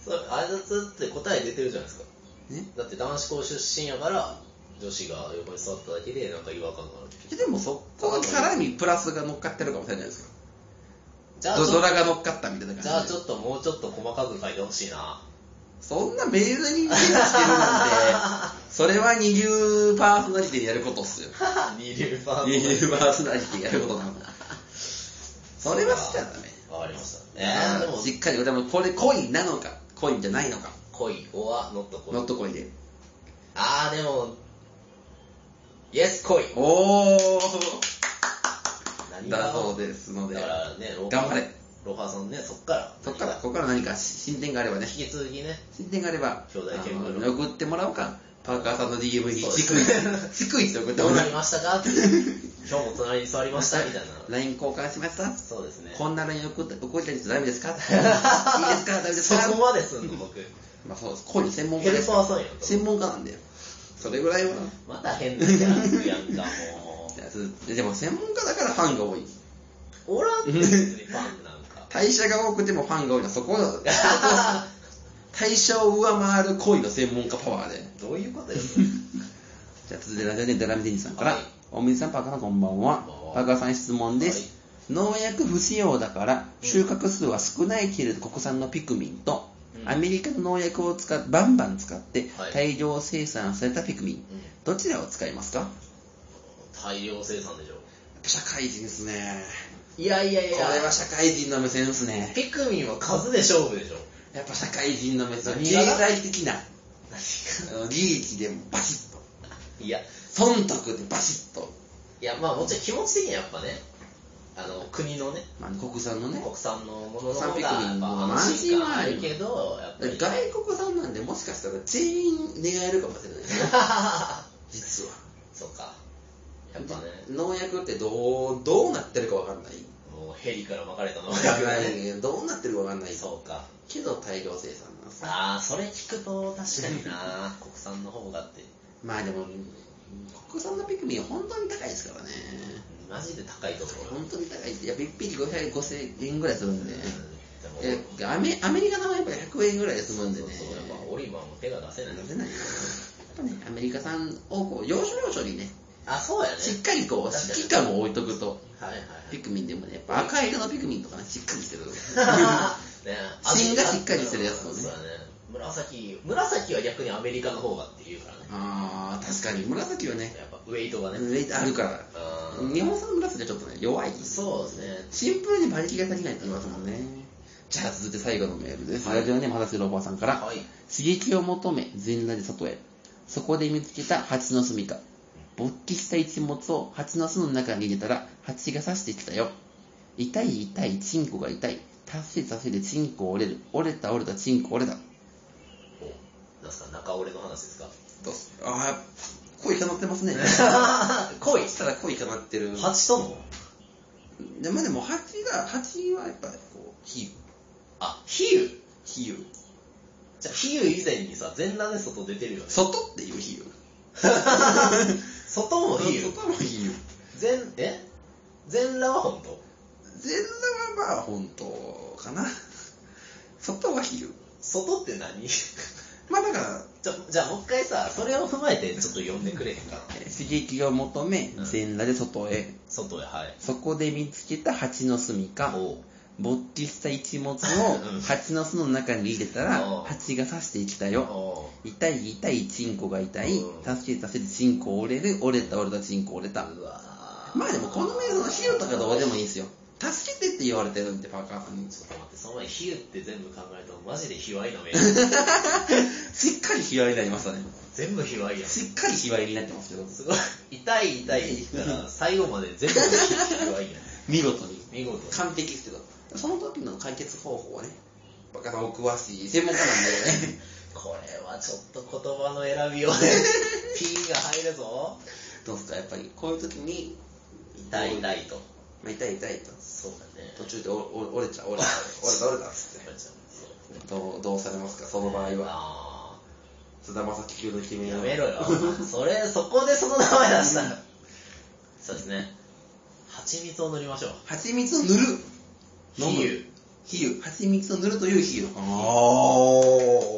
S2: それあれだって答え出てるじゃないですか
S1: ね
S2: だって男子校出身やから女子が横に座っただけでなんか違和感があるって
S1: でもそこにさらにプラスが乗っかってるかもしれないですか
S2: じゃあちょ
S1: ド
S2: っ
S1: ド
S2: と
S1: ラが乗っかったみたいな感じで
S2: [laughs] じゃあちょっともうちょっと細かく書いてほしいな
S1: そんなメールに手出してるなんて、それは二流パーソナリティでやることっすよ。
S2: 二流パー
S1: 二流パーソナリティでやることなんだ。それは好きなんだね。
S2: わかりました。えー、でも、
S1: しっかり、でもこれ恋なのか、恋じゃないのか、
S2: 恋、子は、ノット
S1: ノッ
S2: 恋。
S1: ト恋で。
S2: あー、でも、イエス恋。
S1: おー
S2: 何が
S1: だそうですので
S2: だか、らね、ロ
S1: 頑張れ。
S2: ロハーさんね、そっから。
S1: そっから、ここから何か進展があればね、
S2: 引き続きね、
S1: 進展があれば、
S2: 兄弟見
S1: あ
S2: 聞
S1: の送ってもらおうか。パーカーさんの DM に、
S2: そうで
S1: チ
S2: す
S1: クイチ、チクイって送って
S2: ど
S1: もら
S2: う [laughs] な
S1: お
S2: り
S1: う。
S2: ましたかって [laughs] 今日も隣に座りましたみたいな。
S1: LINE 交換しました
S2: そうですね。
S1: こんな LINE 送った送ったりしてダメです [laughs] かいい
S2: [laughs]
S1: ですかダメです
S2: そ
S1: か
S2: こまですんの、僕。
S1: まあそうです。恋専門
S2: ヘ
S1: 家で
S2: ル
S1: す。
S2: パーさんやん。
S1: 専門家なんだよ。それぐらいは。
S2: また変なキャラ作やんか、も
S1: いやすでも専門家だからファンが多い。
S2: う。おらんって別にファンなん [laughs] か。
S1: 代謝が多くてもファンが多いのはそこは、 [laughs] 代謝を上回る恋の専門家パワーで。
S2: どういうことよ、
S1: じゃあ続いてラジオネームドラムデニさんから、
S2: はい
S1: 大水さんパーカーさんこんばん
S2: こんばん
S1: は
S2: は
S1: パーカーさん質問です、農薬不使用だから収穫数は少ないけれど国産のピクミンと、
S2: うん
S1: アメリカの農薬を使っバンバン使って
S2: はい
S1: 大量生産されたピクミン、どちらを使いますか
S2: 大量生産でしょ。
S1: 社会人ですね
S2: いやいやい
S1: これは社会人の目線ですね
S2: ピクミンは数で勝負でしょ。
S1: やっぱ社会人の目線
S2: 何
S1: 経
S2: が
S1: 済的なあの利益でもバシッと
S2: いや、
S1: 損得でバシッと、
S2: いや、まあもちろん気持ち的にはやっぱね、あの、国のね、
S1: まあ、国産のね
S2: 国産のもの
S1: 国
S2: の
S1: 産
S2: 方
S1: ピ
S2: が
S1: クミン
S2: やっ
S1: も
S2: ぱ
S1: まあ
S2: 安心感
S1: 安心感
S2: あ
S1: ある
S2: るけど、やっぱり。
S1: 外国産なんでもしかしたら全員願えるかもしれないね実は
S2: [laughs] そうか。やっぱね、
S1: 農薬ってどうどうなってるかわかんない
S2: もうヘリから巻かれたのが
S1: わかんないどうなってるかわかんない
S2: そうか。
S1: けど大量生産なんさ
S2: ああ、それ聞くと確かに [laughs] な、国産の方がって、
S1: まあでも国産のピクミン本当に高いですからね
S2: マジで高いと思うよ。
S1: 本当に高いっていや1匹500 5000円ぐらいするんで、
S2: うんでも、
S1: えアメアメリカのやっぱ100円ぐらいで済むんで
S2: そう
S1: ね
S2: そう、やっぱオリバーも手が出せない。
S1: 出せないよやっぱねアメリカ産をこう要所要所にね
S2: あ、そうやね。
S1: しっかりこう
S2: 確かに
S1: 指揮感を置いとくと
S2: はいはい
S1: ピクミンでもね、やっぱ赤色のピクミンとかね、しっかりしてる。
S2: はい。 [laughs] ね
S1: 芯がしっかりしてるやつもね
S2: そうだね。紫、紫は逆にアメリカの方がっていうからね。
S1: あー、確かに紫はね、
S2: やっぱウェイトがね。
S1: 上あるから。
S2: うん
S1: 日本産の紫はちょっとね、弱い。
S2: そうですね。
S1: シンプルに馬力が足りないって言いますもんね。じゃあ続いて最後のメールです。ラジオネーム、話すローバーさんから、
S2: はい。
S1: 刺激を求め、全裸で外へ。そこで見つけた蜂の住みか。勃起した一物を蜂の巣の中に入れたら、蜂が刺してきたよ。痛い痛い、チンコが痛い。達せ達せでチンコ折れる。折れた折れた、チンコ折れた。
S2: お、なんすか、中折れの話で
S1: [laughs]
S2: すか。
S1: どうすああ、恋かなってますね。
S2: 恋
S1: そしたら恋かなってる。
S2: 蜂との
S1: でまあでも、蜂が、蜂はやっぱ、こう、比
S2: あ、比喩
S1: 喩。比喩。
S2: じゃあ、比喩以前にさ、全裸で外出てるよね。
S1: 外っていう比喩。
S2: 外も比喩。
S1: 外も比喩。
S2: 全、え全裸は本当
S1: 全裸はまあ、本当かな。外は比喩。
S2: 外って何 [laughs] じ
S1: まあだから、
S2: ゃ、じゃあもう一回さ、それを踏まえてちょっと読んでくれへんかな。
S1: えー刺激を求め、
S2: うん
S1: 全裸で外へ。
S2: 外へ、はい。
S1: そこで見つけた蜂の住みか。
S2: おう
S1: 勃起した一物を
S2: うん
S1: 蜂の巣の中に入れたら
S2: お、
S1: 蜂が刺してきたよ。
S2: お
S1: 痛い痛いチンコが痛い
S2: うん
S1: 助け助けてチンコ折れる折れた折れたチンコ折れた
S2: ううわー
S1: まあでもこの面その費用とかどうでもいいんですよ助けてって言われてるんでパーカーさんに
S2: ちょっと待って、その前に比喩って全部考えたらマジで卑猥
S1: [laughs]
S2: な面。
S1: しっかり卑猥になりましたね
S2: 全部卑猥やん。す
S1: しっかり卑猥になってますけど
S2: ごい。痛い痛いって言ったら、最後まで全部卑猥
S1: [laughs]
S2: やん。
S1: 見事に
S2: 見事に。
S1: 完璧ですけどその時の解決方法はねパーカーさんお詳しい専門家なんで
S2: [laughs] これはちょっと言葉の選
S1: [laughs]
S2: びをね、P が入るぞ。
S1: どうですかやっぱりこういう時に
S2: 痛い痛いと。
S1: まあ痛い痛いと
S2: そうだね。
S1: 途中でおお折れちゃう折
S2: [laughs]
S1: れちゃう折れた折れたっつっ
S2: やっぱりちょっとそ
S1: て
S2: う
S1: どうどうされますかその場合は
S2: あ
S1: 菅田将暉級の決
S2: ー
S1: め
S2: やめろよ。それ、そこでその名前出したら。そうですね。蜂蜜を塗りましょう。
S1: 蜂蜜を塗る
S2: 比
S1: 飲む
S2: 喩。
S1: 比喩蜂蜜を塗るという比喩あお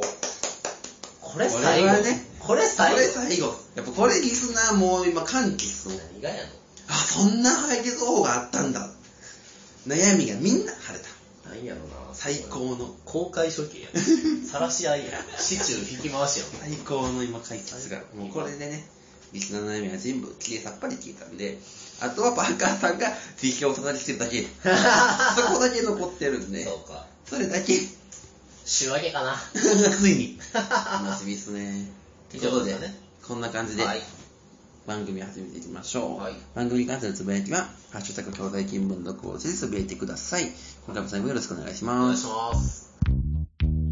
S2: これ最
S1: これ
S2: 後
S1: はね。
S2: これ
S1: こ
S2: 最
S1: れ
S2: 後。
S1: 最後やっぱこれリスナーもう今歓喜っすもん
S2: 何がやの
S1: あそんな解決方法があったんだ悩みがみんな晴れた
S2: なんやろな
S1: 最高の、
S2: 公開処刑やさらし合いや市中引き回しや
S1: 最高の今解説が、もうこれでね、リスナーの悩みは全部きれいさっぱり聞いたんで、あとはパーカーさんが追記をささりしてるだ [laughs] け。そこだけ残ってるんで、
S2: そうか
S1: それだけ、
S2: 週明けかな
S1: ついに、楽しみですね。と
S2: 以
S1: いうこ
S2: 上
S1: と
S2: で
S1: で、
S2: すね
S1: こんな感じで、
S2: はい
S1: 番組を始めていきましょう、
S2: はい
S1: 番組に関するつぶやきは「ハッシュタグ兄弟見聞録」をつけてつぶやいてください今回も最後よろしくお願いし
S2: お願
S1: ま
S2: いし
S1: す
S2: ます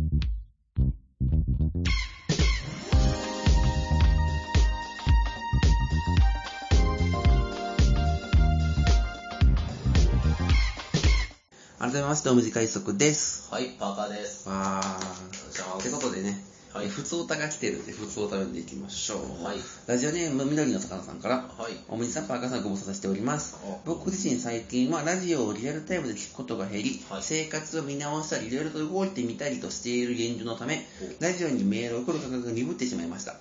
S1: 改めましてお短い速です
S2: はいパーカーです
S1: わ
S2: じゃあ
S1: ーってことでね
S2: はい
S1: え普通歌が来てるんで普通歌読んでいきましょう、
S2: はい
S1: ラジオネーム緑の魚さんから
S2: はい
S1: おみさんパーカーさんご無沙汰しております
S2: お
S1: 僕自身最近はラジオをリアルタイムで聞くことが減り、
S2: はい
S1: 生活を見直したりいろいろと動いてみたりとしている現状のためラジオにメールを送る価格が鈍ってしまいました
S2: うん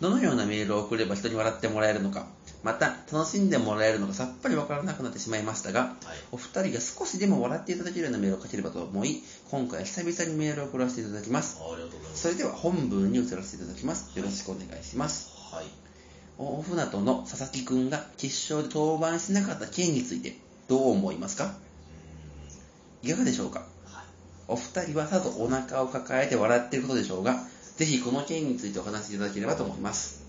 S1: どのようなメールを送れば人に笑ってもらえるのかまた楽しんでもらえるのかさっぱりわからなくなってしまいましたが
S2: はい
S1: お二人が少しでも笑っていただけるようなメールを書ければと思い今回久々にメールを送らせていただきます
S2: あありがとうございます
S1: それでは本文に移らせていただきますよろしくお願いします
S2: はい
S1: 大船渡の佐々木くんが決勝で登板しなかった件についてどう思いますかいかがでしょうか
S2: はい
S1: お二人はさぞお腹を抱えて笑っていることでしょうがぜひこの件についてお話しいただければと思います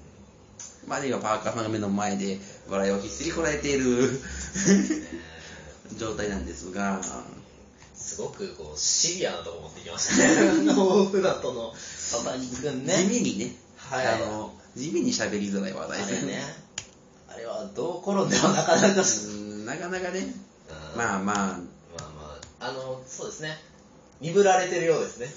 S1: まではパーカーさんが目の前で笑いを必死にこらえている [laughs] 状態なんですが
S2: すごくこうシビアなとこ持ってきました [laughs] ねノーフラットの佐々木くんね
S1: 地味にね、
S2: はい
S1: あの地味に喋りづらい話題
S2: あ
S1: で
S2: れ
S1: す
S2: ね [laughs] あれはどう転んでもなかなかし
S1: うんなかなかね
S2: うん
S1: まあ
S2: [laughs]
S1: まあ
S2: まあまああのそうですね鈍られてるようですね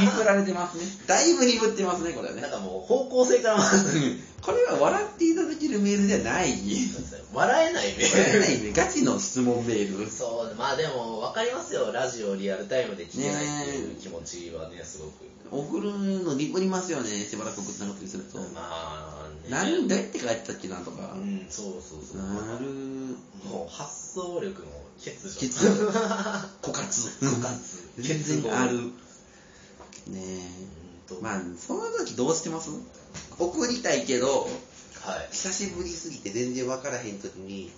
S1: 鈍られてますねだいぶ鈍ってますねこれはね
S2: なんかもう方向性から
S1: うんこれは笑っていただけるメールじゃない
S2: [laughs] 笑えないね
S1: 笑えないねガチの質問メール
S2: そうまあでも分かりますよラジオリアルタイムで聞けないっていう気持ちはねすごく
S1: 送るの鈍りますよねしばらく送ってなかったりすると、
S2: まあね
S1: なんだって書いてたっけなとか
S2: う、んそうそうそう
S1: なる
S2: もう発想力の欠如
S1: 欠
S2: うん
S1: 如枯渇
S2: 枯渇
S1: 全
S2: 欠
S1: 然
S2: 乏
S1: あるね
S2: と
S1: えまあその時どうしてます送りたいけど
S2: はいはい
S1: 久しぶりすぎて全然分からへん時に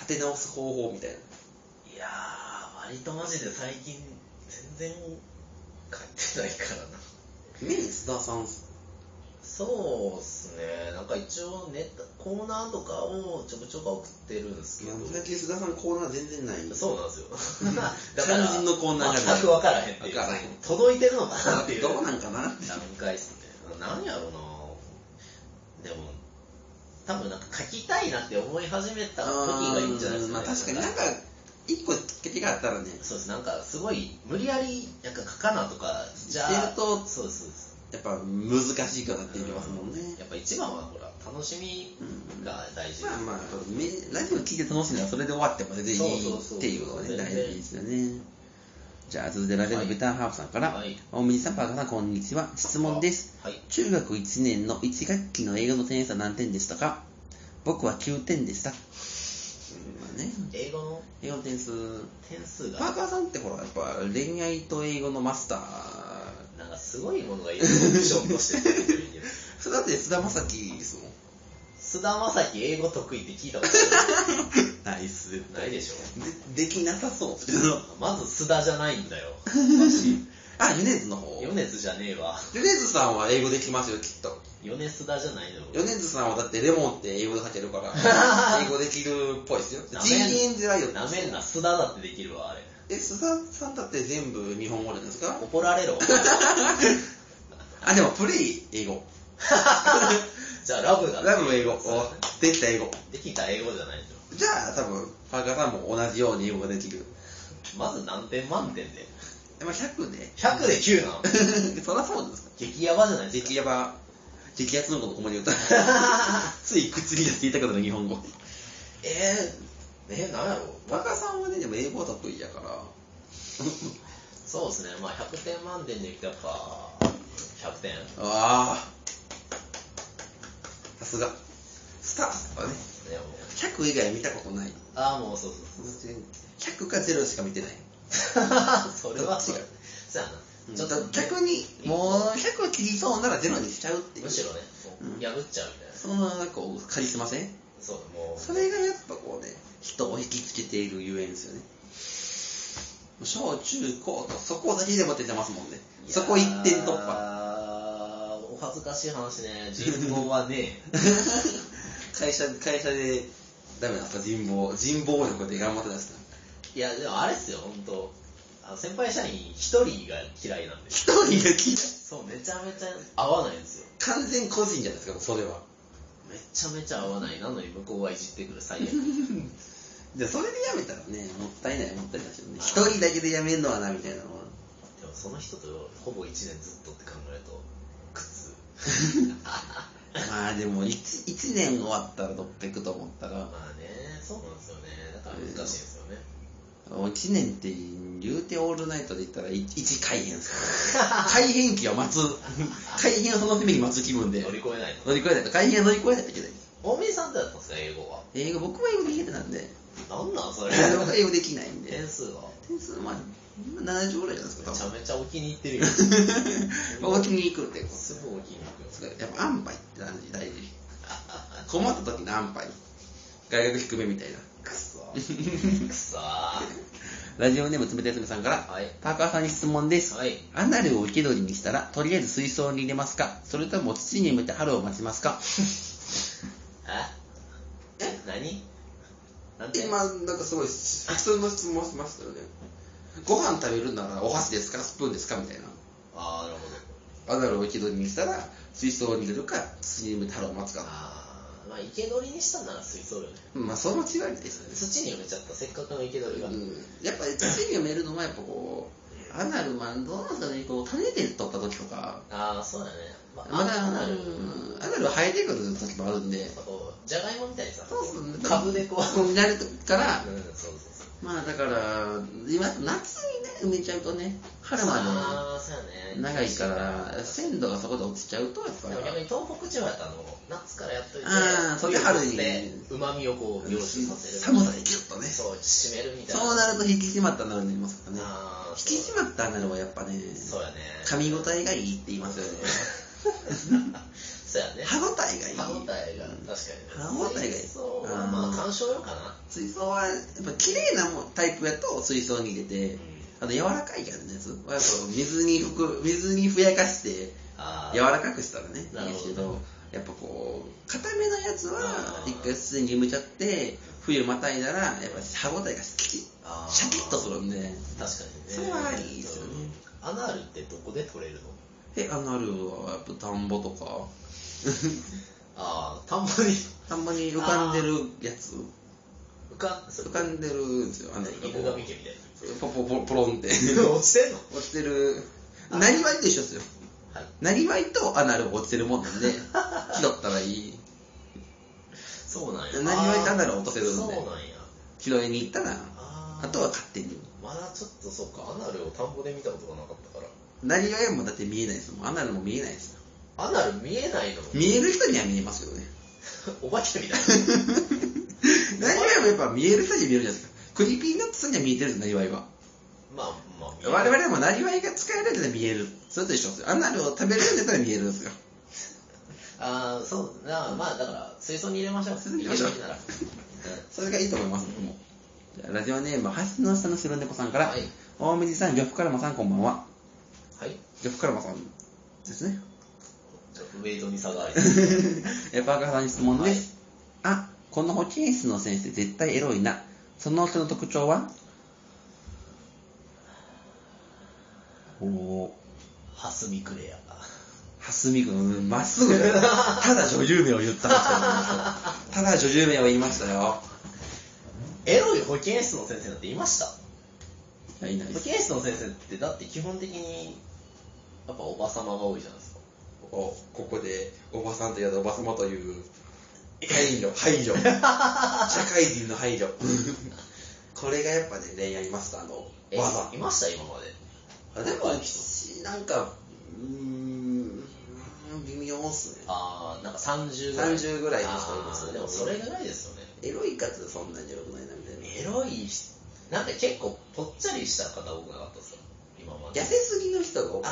S1: 立て直す方法みたいない
S2: やー割とマジで最近全然買ってないからな
S1: ねえ須田さん
S2: そうっすねなんか一応ネタコーナーとかをちょくちょく送ってるんですけど
S1: 最近須田さんコーナー全然ない
S2: そう
S1: [laughs]
S2: なんですよだから
S1: 肝心のコーナーがない
S2: 全く分からへんってい
S1: 分
S2: う
S1: からへん
S2: 届いてるのかなっていう
S1: どうなんかな
S2: 段階っすねなんやろうなでも多分なんか書きたいなって思い始めた時がいいんじゃないですか、
S1: ま
S2: ね
S1: あ確かになんか一個きっかけがあったらね
S2: そうですなんかすごい無理やりなんか書かなとかじゃあ
S1: してると
S2: そうですそうです
S1: やっぱ難しいかなっていきますもんね
S2: やっぱ一番はほら楽しみが大事、
S1: まあまあめラジオ聞いて楽しいのはそれで終わっても全然いいっていうのが
S2: そ
S1: ね
S2: うそうそう
S1: 大事ですよねじゃあ続いてラジオのベターハーフさんから、
S2: はい
S1: 大水さんパーカーさんこんにちは質問です
S2: はい
S1: 中学1年の1学期の英語の点数は何点でしたか僕は9点でした、うんまあね、
S2: 英語の
S1: 英語の点数
S2: 点数
S1: パ
S2: が
S1: ーカーさんってほらやっぱ恋愛と英語のマスター
S2: なんかすごいものがいるオプションとして出てるけど
S1: [laughs] それだって菅田将暉ですもん
S2: 菅田将暉英語得意って聞いたこと
S1: ナイスで
S2: ないでしょ
S1: [laughs] できなさそう
S2: まず須田じゃないん
S1: [laughs]
S2: だよ
S1: あ米津の方
S2: 米津じゃねえわ
S1: 米津さんは英語できますよきっと
S2: 米須田じゃないの
S1: 米津さんはだってレモンって英語で書けるから
S2: [laughs]
S1: 英語できるっぽいですよ
S2: な
S1: G
S2: めん
S1: n じゃないよ
S2: なめんな須田だってできるわあれ
S1: え須田さんだって全部日本語なんですか
S2: 怒ら
S1: [laughs]
S2: れろじ
S1: あでもプレイ英語
S2: ゃあラブだ
S1: ラブ英語
S2: そうだね
S1: おできた英語
S2: できた英語じゃないでし
S1: じゃあ多分パーカーさんも同じように英語ができる
S2: ょまず何点満点で
S1: まあ100ね [laughs]
S2: 100で9なの
S1: そらそうです
S2: 激ヤバじゃないですか
S1: 激ヤバ激アツのことここまで言った [laughs] つい口に出して言いたくなる日本語
S2: えー、えなんやろ
S1: 若さんはねでも英語は得意やから
S2: そうですねまあ100点満点でいくとやっぱ100点
S1: [laughs] ああさすがスターとかね
S2: でも
S1: 100以外見たことない [laughs]
S2: ああもうそうそうそう
S1: 100か0しか見てない
S2: それはそうやそうやな
S1: ち
S2: ち
S1: ょ
S2: ょ
S1: っ
S2: っ
S1: と
S2: と
S1: 逆にもう100切りそうならゼロにしちゃうっていう
S2: むしろねこう
S1: うん
S2: 破っちゃうみたいな
S1: そのなんかこうカリスマ性
S2: そうもう
S1: それがやっぱこうね人を引きつけているゆえんですよね小中高とそこだけでも出てますもんねそこ一点突破 [laughs]
S2: 破お恥ずかしい話ね人望はね [laughs]
S1: 会社会社でダメだった人望人望力で頑張ってたんですか
S2: いやでもあれっすよ本当あの先輩社員一人が嫌いなんで
S1: 一人が聞いた
S2: そうめちゃめちゃ合わないんですよ
S1: 完全個人じゃないですかもうそれは
S2: めちゃめちゃ合わないなのに向こうはいじってくる [laughs] 最悪
S1: じゃあそれでやめたらねもったいないもったいないですよね一人だけでやめるのはなみたいなのは
S2: でもその人とほぼ1年ずっとって考えると苦
S1: [laughs]
S2: 痛
S1: まあでも 1, 一年終わったらどっていくと思ったら
S2: まあねそうなんですよねだから難しいんですよね、
S1: 1年って言うてオールナイトで言ったら 1, 改変です
S2: [laughs]
S1: から改変期を待つ改変をそのために待つ気分で
S2: 乗り越えないと
S1: 乗り越えないと改変は乗り越えないといけない
S2: 大森さんってだったんですか英語は
S1: 英語僕は英語できてたんで
S2: なんなんそれ
S1: 僕は英語できないんで
S2: 点数は
S1: 点数まあ70ぐらいじゃないです
S2: め
S1: か多
S2: ちゃ
S1: 分
S2: めちゃお気に入ってるよ
S1: まあお気に行くってこと
S2: すぐお気に入って
S1: すごいやっぱ安牌って感じ大事困った時の安牌外学低めみたいな
S2: くそーくそー
S1: ラジオネーム冷たいすみさんから、
S2: はい
S1: パーカーさんに質問です、
S2: はい
S1: アナルを受け取りにしたらとりあえず水槽に入れますかそれとも土に埋めて春を待ちますか
S2: ええ何なんて
S1: [laughs] 今なんかすごい普通の質問しましたよねご飯食べるならお箸ですかスプーンですかみたいな
S2: ああなるほど
S1: アナルを受け取りにしたら水槽に入れるか土に埋めて春を待つか
S2: ああまあ生け捕りにしたんなら水槽よね
S1: まあその違いですよね
S2: 土に埋めちゃったせっかくの生け捕りが、
S1: うんやっぱり土に埋めるのはやっぱこうアナルまあどうなんだろうねこう種で取った時とか
S2: ああそうだねま
S1: まだアナ
S2: あ
S1: ル
S2: る
S1: アナル生えてくる時もあるんで
S2: なんかこうじゃがいもみたいにさ
S1: そうそう
S2: 株でこう
S1: こうなるから
S2: うんそうそうそう
S1: まあだから今夏にね埋めちゃうとね春ま
S2: ああそうや
S1: で
S2: ね
S1: 長いから鮮度がそこで落ちちゃうとやっぱ
S2: でも逆
S1: り
S2: に東北地方やったらあの夏からやっといて
S1: あーそれで春に
S2: うまみをこう凝縮させる
S1: 寒さでギュッとね
S2: そう締めるみたいな
S1: そうなると引き締まったアナルになりますからね
S2: あー
S1: 引き締まったアナルはやっぱね
S2: そうやね
S1: 噛み応えがいいって言いますよね
S2: [laughs] そうやね
S1: 歯応えがいい
S2: 歯応えが確かに
S1: 歯応えがいい
S2: そう
S1: あー
S2: まあ鑑賞用かな
S1: 水槽はやっぱ綺麗なもんタイプやと水槽に入れて、
S2: うん
S1: あの柔らかいやつねやっぱ水にふく水にふやかして
S2: あー
S1: 柔らかくしたらねいい
S2: なる
S1: です
S2: ほ
S1: け
S2: ど
S1: どやっぱこう固めのやつは
S2: あー
S1: 一回すでに埋めちゃって冬またいだらやっぱ歯応えがきちシ
S2: あー
S1: ャキッとするんで
S2: 確かにね
S1: それはいいですよね
S2: うんアナールってどこで取れるの
S1: でアナルはやっぱ田んぼとか [laughs]
S2: ああ田んぼに [laughs]
S1: 田んぼに浮かんでるやつ
S2: [laughs] 浮かんそれ
S1: 浮かんでるんですよアナル
S2: 犬
S1: がこ
S2: 神家みたいな
S1: うポポポポロンって
S2: [laughs] 落ちてんの
S1: 落ちてるなりわいと一緒ですよ
S2: はい
S1: なりわいとアナル落ちてるもんなん [laughs] で拾ったらいい
S2: そうなんや
S1: 何を言ったんだろう落とせるんで
S2: そうなんや
S1: 拾いに行ったら
S2: あー
S1: あとは勝手に
S2: まだちょっとそうかアナルを田んぼで見たことがなかったから
S1: なりわいもだって見えないですもんアナルも見えないですよ
S2: アナル見えないの
S1: 見える人には見えますけどね
S2: [laughs] お化けみたい
S1: なりわいもやっぱ見える人には見えるじゃないですかクリーピーナッツさんには見えてるんですなりわいは
S2: [laughs] なまあまあ見えない
S1: 我々もなりわいが使えるんで見えるそれと一緒ですよアナルを食べるんだったら見えるんですよ
S2: ああそうなあまあだから水槽に入れましょう
S1: 水槽に入れましょう
S2: 池に入れるなら
S1: それがいいと思います僕もじゃあラジオネーム橋の下の白猫さんから、
S2: はい
S1: 大水さん漁夫カルマさんこんばんは
S2: [laughs] はい
S1: 漁夫カルマさんですね
S2: ウェイトに差があり
S1: [laughs] えパーカーさんに質問です、あこの保健室の先生絶対エロいなその人の特徴はおお
S2: ハスミクレア
S1: 蓮見君まっす [laughs] ぐだよただ女優名を言ったんですよただ女優名を言いましたよ
S2: エロい保健室の先生なんていました
S1: いやいないで
S2: 保
S1: す
S2: 健室の先生ってだって基本的にやっぱおばさまが多いじゃないですか
S1: おここでおばさんというおばさまという配 [laughs] 慮配慮社会人の配慮 [laughs] これがやっぱね恋愛マスターの
S2: え
S1: 技
S2: いました今まで
S1: あでもなんかうーん微妙っすね
S2: ああなんか30
S1: 30ぐらいの人いますね
S2: あーでもそれぐらいですよね
S1: エロい数そんなに良くないなみたいな
S2: エロいしなんか結構ぽっちゃりした方多くなかったですか今まで
S1: 痩せすぎの人が多か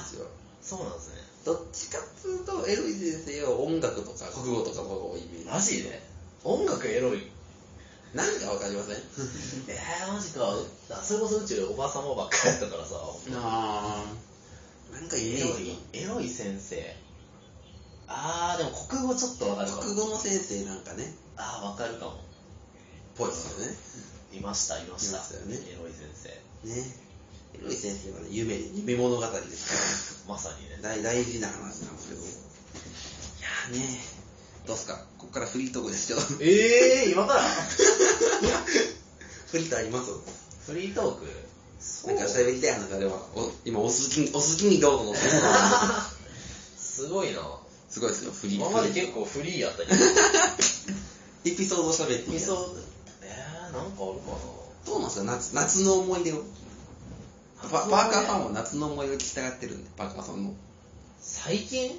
S1: ったんですよ
S2: そうなんですね
S1: どっちかっていうとエロい先生は音楽とか国語とかの方が多いイメージ
S2: マジで音楽エロい
S1: なんかわかりません
S2: [laughs] えー、マジかあそれこそ宇宙おばあさまばっかりやったからさ
S1: ああなんかイメ
S2: エロ
S1: ージ
S2: いエロい先生あーでも国語ちょっとわかるかも
S1: 国語の先生なんかね
S2: あーわかるかも
S1: ぽいですよね
S2: いましたいました
S1: いましたよね
S2: エロい先生
S1: ねエロい先生はね夢夢物語ですか
S2: まさにね
S1: ら大大事な話なんですけどいやーねどうっすかここからフリートークですけ [laughs] ど
S2: えー、今から
S1: フリートークあります
S2: フリートーク
S1: なんか喋りたい話あればお今お好きにお好きにどうぞの
S2: すごいな
S1: [laughs] すごいですよフリー
S2: 今まで
S1: フリー
S2: 結構フリーやったけど
S1: エピソード喋っていいですか
S2: えー、なんかあるかな
S1: どうなんですか夏夏の思い出をパパーカーさんも夏の思い出を聞きたがってるんでパーカーさんの
S2: 最近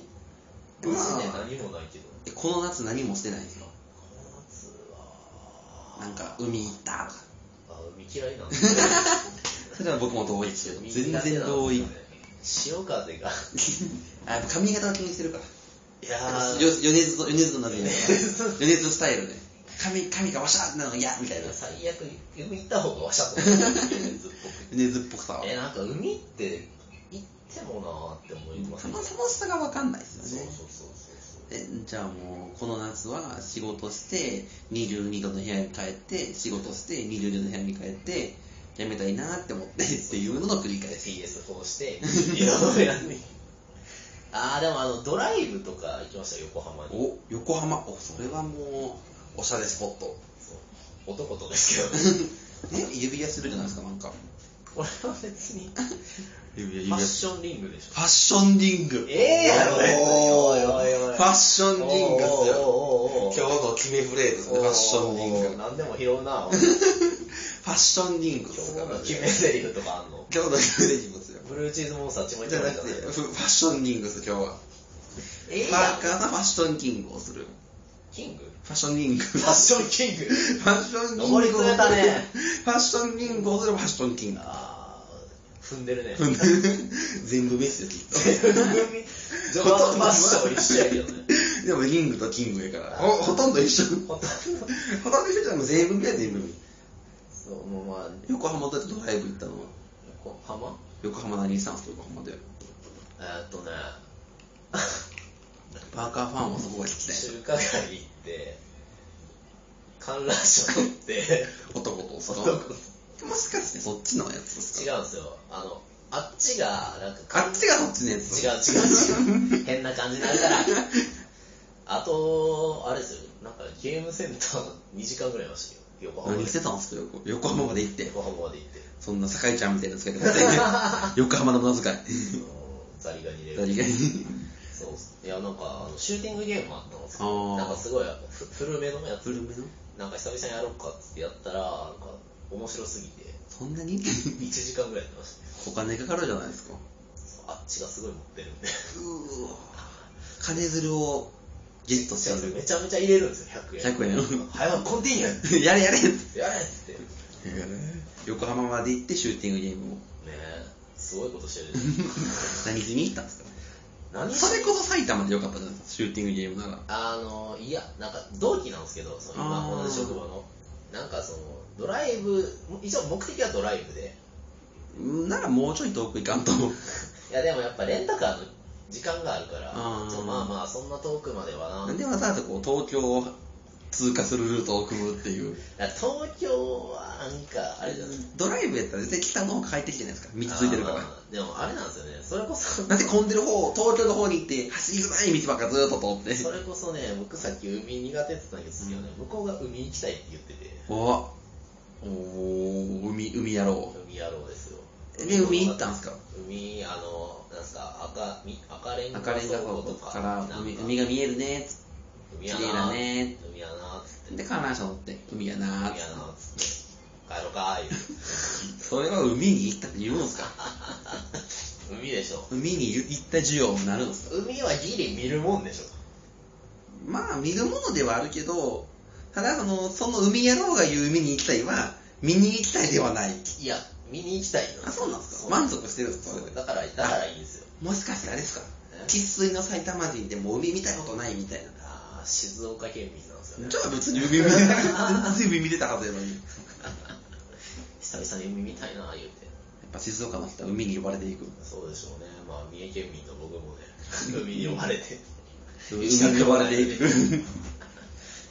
S2: マ
S1: まあ
S2: ジで何もないけど
S1: えこの夏何もしてないんですか
S2: この夏は
S1: なんか海行ったとか
S2: あ海嫌いなんですね
S1: それは僕も同意ですよ [laughs] 全然同意
S2: 潮風が
S1: [laughs] あやっぱ髪型を気にしてるから
S2: い
S1: よ
S2: やー
S1: 米津と米津の夏米津スタイルで髪髪がワシャーってなるのが嫌みたいな
S2: 最悪海行った方がわしゃと
S1: [laughs]
S2: 思うずっと
S1: 米津っぽくさ
S2: えなんか海って行ってもなーって思います
S1: たまさまさが分かんないです
S2: そう
S1: よ
S2: そう
S1: ね
S2: そうそう
S1: えじゃあもうこの夏は仕事して22度の部屋に帰って仕事して22度の部屋に帰ってやめたいなって思ってっていうのの繰り返し
S2: PS4 していろいろやるあーでもあのドライブとか行きましたよ横浜に
S1: お横浜おそれはもうおしゃれスポット
S2: そう男とですけど
S1: ね指輪するじゃないですかなんか
S2: これは別に
S1: 指輪
S2: ファッションリングでし
S1: ファッションリング。
S2: ええやろ別に
S1: おー
S2: おいおいおい
S1: ファッション
S2: ょ
S1: リングですよ。
S2: おーおーおーおー
S1: 今日の決めフレーズですね、ファッションリング。フ
S2: 何でも拾うな
S1: ァ
S2: お前
S1: ッションリングですか
S2: 今日
S1: ら
S2: の
S1: ね。
S2: 決め台詞とかあんの
S1: 今日の決めでいきますよ。
S2: ブルーチーズモンスターちまい
S1: じ
S2: ち
S1: ゃ
S2: ま
S1: ないくて、
S2: だ
S1: ファッションリングです、今日は。
S2: ええや
S1: パーカー
S2: ん
S1: さんファッションキングをする。
S2: キング
S1: ファッションリング。
S2: フ
S1: フ
S2: ァッションキング
S1: ァッションリングを
S2: 登り
S1: する。
S2: 詰めたね
S1: ファッションリングをするファッションキング。
S2: あー踏んでるね
S1: うん全部メスよ、きっ
S2: 全部ジョバのファッション一緒やけどね
S1: と。でもリングとキングやから。ほほとんど一緒。
S2: ほ
S1: ほ
S2: とんど
S1: とんど一緒じゃん、もう全部見や全部見。
S2: そうもうまあ
S1: 横浜だとドライブ行ったのは
S2: 横浜
S1: 横浜何したんですか横浜で
S2: えーっとね
S1: パーカーファンはそこが聞きたい
S2: 中華街行って観覧車乗って
S1: 男とその
S2: 男と
S1: もしかしてそっちのやつです
S2: 違
S1: か
S2: うんですよあのあっちがなんか
S1: あっちがそっちのやつ
S2: 違う違う違う変な感じになるからあとあれですよなんかゲームセンター2時間ぐらいいましたけど横浜ま
S1: 何
S2: で
S1: してたんですか横横浜まで行って
S2: 横浜まで行って
S1: そんな酒井ちゃんみたいな使い方して [laughs] 横浜の無駄遣い
S2: あのザリガニで
S1: 誰が
S2: そうっすいやなんかあのシューティングゲームあったんです
S1: あ
S2: よ
S1: ー
S2: なんかすごいふ古めのやつ
S1: 古めの
S2: なんか久々にやろうかっつってやったらなんか面白すぎて
S1: そんなに
S2: 1時間ぐらいやってました
S1: お
S2: ね
S1: 金かかるじゃないですか
S2: そうあっちがすごい持ってるんで
S1: うわ金づるをゲットしちゃう
S2: めちゃめちゃ入れるんですよ100円
S1: 100円
S2: 早くコンティニュー
S1: やれやれ
S2: やれっつってね
S1: 横浜まで行ってシューティングゲームを
S2: えすごいことしてる
S1: 何しに行ったんですか
S2: 何
S1: それこそ埼玉でよかったじゃないですかシューティングゲームなら
S2: あのいやなんか同期なんですけどその今
S1: あー
S2: 同じ職場のなんかそのドライブ一応目的はドライブで
S1: うんならもうちょい遠く行かんと
S2: いやでもやっぱレンタカーの時間があるから
S1: あー
S2: ちょまあまあそんな遠くまではな
S1: [laughs] なんでわざわざこう東京を通過するルートを組むっていう
S2: だから東京はなんかあれじゃない
S1: ドライブやったら絶対北の方帰ってきてないですか道ついてるか
S2: あ
S1: ら
S2: ーでもあれなんですよねそれこそ
S1: だって混んでる方東京の方に行って走りづらい道ばっかずっと通って [laughs]
S2: それこそね僕さっき海苦手って言ったんですけどね、向こうが海行きたいって言ってて
S1: おおー海海やろ
S2: 海野郎ですよ
S1: うで海行ったんですか
S2: 海あのなんすか赤み赤レンガ
S1: 赤レンガ
S2: 倉庫
S1: 倉庫から海
S2: なん
S1: 海が見えるねっつ
S2: 海や
S1: 綺麗
S2: な
S1: だね
S2: 海やなっつって
S1: ってで観覧車乗って海やなーっつ
S2: 海や
S1: って
S2: なっつって帰ろうかー言
S1: それは海に行ったって言うんですか
S2: う海でしょ
S1: 海に行った需要になるんですか
S2: 海はギリ見るもんでしょ
S1: まあ見るものではあるけどただそのその海野郎が言う海に行きたいは見に行きたいではない。
S2: いや、見に行きたいよ。
S1: あ、そうなんですか満足してるんですかそれ
S2: だから、だからいいんですよ。
S1: もしかしてあれですか
S2: え
S1: 生粋の埼玉人でもう海見たことないみたいな。
S2: あー静岡県民なんですよね。
S1: じゃあ別に海見てた、全部海見てたはずやのに。やっ
S2: 久々に海見たいな、言うて。
S1: ぱ静岡の人は海に呼ばれて [laughs] いく。
S2: そうでしょうね。まあ、三重県民の僕 [laughs] もね、海に呼ばれて。
S1: 海に呼ばれていく。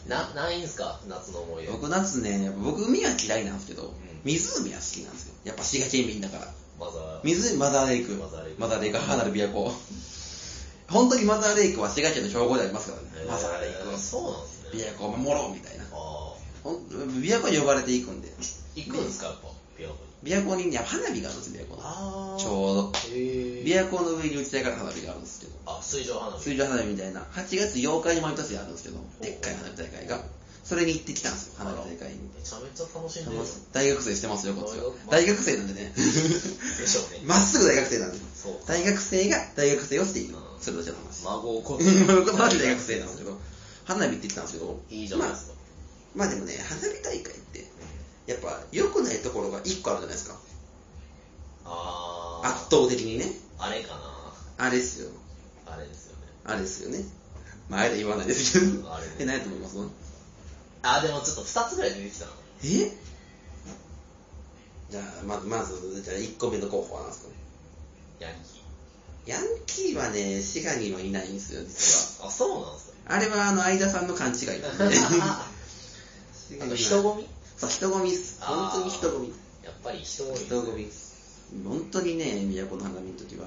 S2: な、ないんすか夏の思い出。
S1: 僕夏ね、僕海は嫌いなんですけど、湖は好きなんですよ。やっぱ滋賀県民だから。
S2: まだ、
S1: 湖、マザーレイク。
S2: マザーレイク
S1: マザーレイク、ハーナル琵琶湖。本当にマザーレイクは滋賀県の称号でありますからね。マザーレイ
S2: えー
S1: ク。
S2: そうなんですね。
S1: 琵琶湖を守ろうみたいな。
S2: ああ。
S1: ほん琵琶湖に呼ばれていくんで。
S2: 行くんですかやっぱ、琵琶湖に。
S1: 琵琶湖に、いや、花火があるんですよ、琵琶湖の。
S2: あ
S1: ちょうど。琵
S2: へ
S1: 琶湖の上に打ち上がる花火があるんですけど。
S2: あ、水上花火。
S1: 水上花火みたいな。8月8日に毎年あるんですけど、でっかい花火大会が。それに行ってきたんですよ、花火大会に。
S2: めちゃめちゃ楽しんでる
S1: 楽しい大学生してますよ、こっちは。大
S2: 大
S1: 学生なんで
S2: [laughs]
S1: ね。
S2: でしょうね
S1: まっすぐ大学生なんで。
S2: そうか
S1: 大学生が大学生をしている
S2: うん。
S1: それだけの話。
S2: 孫をこ
S1: 僕 [laughs] は大学生なんですけど、花火行ってきたんですけど、
S2: いいじゃないですか、
S1: まあ、まあでもね、花火大会って、やっぱ良くないところが1個あるじゃないですか。
S2: あ
S1: 圧倒的にね。
S2: ああれか
S1: あれですよ。
S2: なあれですよね
S1: あれですよね。まあ、あれと言わないですけど
S2: あれ。
S1: え、何やと思います
S2: あでもちょっと2つぐらい出てきたな
S1: えじゃあ、ままず、じゃあ1個目の候補は何ですかね。
S2: ヤンキ
S1: ヤンキーはね、滋賀にはいないんですよ、実は。
S2: ーあそう
S1: [laughs]
S2: なんす
S1: あれは、あの、相田さんの勘違いなん
S2: [laughs]
S1: で。 [laughs]
S2: かあの人混み
S1: そう、人混みっす。本当に人混み。
S2: やっぱり人混みですね
S1: 人混み本当にね都の花見の時は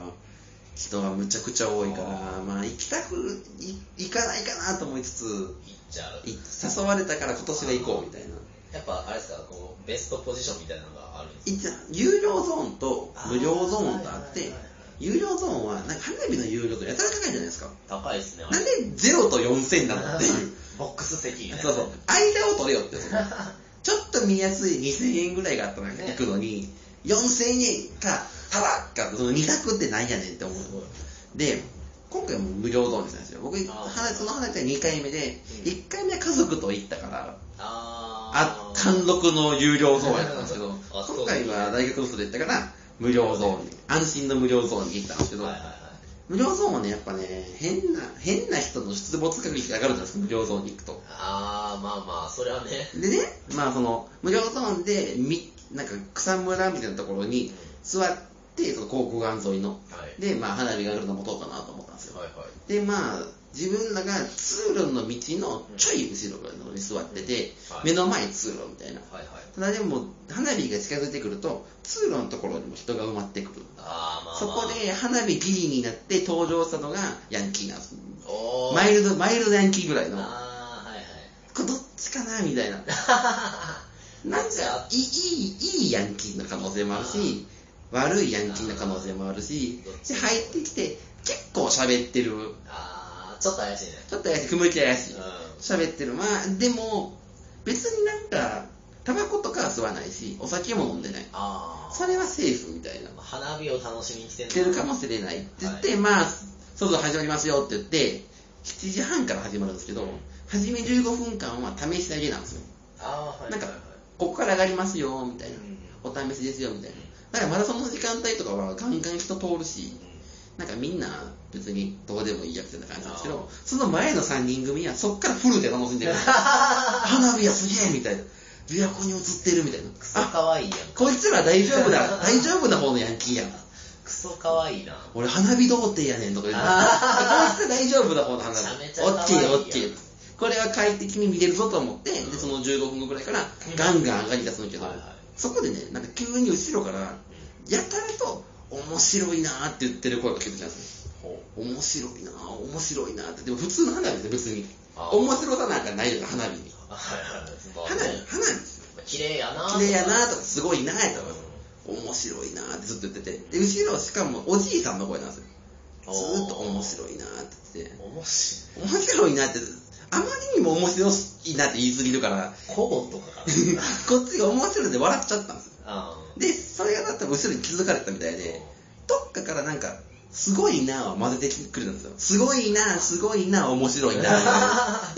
S1: 人がむちゃくちゃ多いからまあ行きたくい行かないかなと思いつつ
S2: 行っちゃう
S1: い誘われたから今年は行こうみたいな
S2: やっぱあれですかこうベストポジションみたいなのがあるんです
S1: いつ有料ゾーンと無料ゾーンとあっ
S2: は
S1: て
S2: いはいはいはい
S1: 有料ゾーンはなんか花火の有料とやたら高いじゃないですか
S2: 高いですねあ
S1: な
S2: れ
S1: んで0と4000なのっていう
S2: [laughs] ボックス席みたいな
S1: そうそう間を取れよってそのちょっと見やすい2000円ぐらいがあったら行くのに、4000円か、ただか、その2択ってなんやねんって思う
S2: すごい。
S1: で、今回も無料ゾーンにしたんですよ。僕、
S2: あー
S1: 花その花火は2回目で、
S2: うん
S1: 1回目は家族と行ったから、あ
S2: あ、ー、
S1: 貫禄の有料ゾーンやったんですけど
S2: [laughs] あそう
S1: 今回は大学の人で行ったから、無料ゾーンに、安心の無料ゾーンに行ったんですけど、
S2: はいはいはい
S1: 無料ゾーンはね、やっぱね、変な、変な人の出没確率が上がるんですよ、無料ゾーンに行くと。
S2: あーまあまあそれはね
S1: でね、まあその、無料ゾーンで、み、なんか草むらみたいなところに座って、その高校岸沿いの。
S2: はい
S1: で、まあ花火があるのもどうかなと思ったんですよ。
S2: はいはい
S1: で、まあ、自分らが通路の道のちょい後ろぐらいのところに座ってて、
S2: はい
S1: 目の前通路みたいな。
S2: はいはい
S1: ただでも、花火が近づいてくると、通路のところにも人が埋まってくる。
S2: あーまあまあ
S1: そこで花火ギリになって登場したのがヤンキーなんです。
S2: おー
S1: マイルド、マイルドヤンキーぐらいの、
S2: あーはいはい
S1: これどっちかなみたいな。なんかいいいいいいヤンキーの可能性もあるし悪いヤンキーの可能性もあるし
S2: どっち
S1: で入ってきて結構喋ってる
S2: あーちょっと怪しいね
S1: ちょっと怪しい雲行き怪しい
S2: うん
S1: 喋ってるまあでも別になんかタバコとかは吸わないしお酒も飲んでない
S2: あー
S1: それはセーフみたいな
S2: 花火を楽しみに来て
S1: して
S2: る
S1: るかもしれないって言って、まあそろそろ始まりますよって言って7時半から始まるんですけど初め15分間は試しだけなんですよ
S2: あーはい
S1: なんか
S2: はいはい、
S1: ここから上がりますよ、みたいな
S2: うん。
S1: お試しですよ、みたいな。だからマラソンの時間帯とかはガンガン人通るし、なんかみんな別にどうでもいいやつな感じなんですけ
S2: あー
S1: ど、その前の3人組はそっからフルで楽しんでる。花火やすげえみたいな。琵琶湖に映ってるみたいな。
S2: クソ
S1: あ、
S2: かわいいやん
S1: こいつら大丈夫だ。大丈夫な方のヤンキーやん。
S2: クソかわいいな
S1: 俺花火童貞やねんとか言って。こいつら大丈夫な方の花火。
S2: めちゃめちゃ可愛いやん
S1: オッケーオッケー。これは快適に見れるぞと思って、で、その15分後ぐらいからガンガン上がり出すんだけど、
S2: はいはい
S1: そこでね、なんか急に後ろから、やたらと面白いなーって言ってる声が聞こえてきたんですよ。面白いなー、面白いなーって。でも普通の花火ですよ、別に。
S2: あー
S1: 面白さなんかないじゃん、花火に。
S2: はいはいまあ
S1: 花火、
S2: ね
S1: 花火ですよ。
S2: 綺麗やな
S1: 綺麗やなーとか、すごいなーとか、面白いなーってずっと言ってて。で、後ろ、しかもおじいさんの声なんですよ。ずーっと面白いなーって言ってて。
S2: 面白い
S1: 面白いなって、あまりにも面白いなって言いすぎるから、 [laughs]
S2: コボとかかな
S1: こっちが面白いで笑っちゃったんですよ。
S2: あー
S1: で、それがだったら後ろに気づかれたみたいで、どっかからなんか、すごいなぁを混ぜてくるんですよ。すごいなぁ、すごいなぁ、面白いなぁ。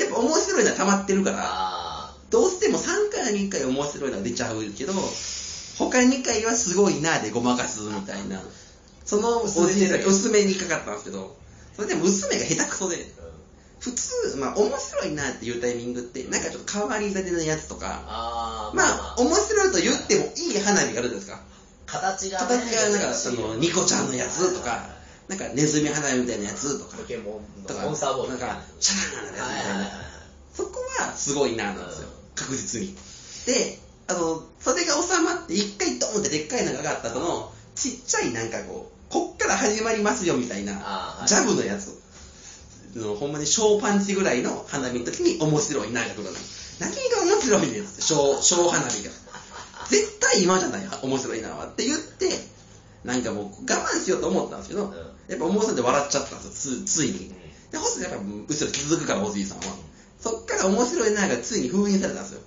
S1: やっぱ面白いなぁ溜まってるから、
S2: あ
S1: どうしても3回ら2回面白いのが出ちゃうけど、他2回はすごいなでごまかすみたいな。そのおじいさん、娘にかかったんですけど、それで娘が下手くそで、普通、まあ面白いなっていうタイミングって、なんかちょっと変わり種のやつとか、
S2: あー、
S1: まあ面白いと言ってもいい花火があるじゃないですか。
S2: 形が、
S1: 形がなんかその、ニコちゃんのやつとか、なんかネズミ花火みたいなやつとか
S2: ポ、ケモン
S1: と
S2: の
S1: か、
S2: モンスターボール
S1: なん
S2: とか
S1: か、シャーンみ
S2: はいはい
S1: たい
S2: はい
S1: な
S2: は。
S1: そこはすごいななんですよ、確実に。で、あの、それが収まって、一回ドーンってでっかいのが上がった後の、ちっちゃいなんかこう、こっから始まりますよみたい
S2: あー
S1: な
S2: は、い
S1: ジャブのやつ。のほんまに小パンチぐらいの花火の時に面白いなが来るの何が面白いねんっつって小小花 [laughs] 火が絶対今じゃない面白いなはって言ってなんかもう我慢しようと思ったんですけど、
S2: うん
S1: やっぱ面白いんで笑っちゃったんですよつついに、で、ホストやっぱ、むしろ気づくから、おじいさんは。そっから面白いながついに封印されたんですよ。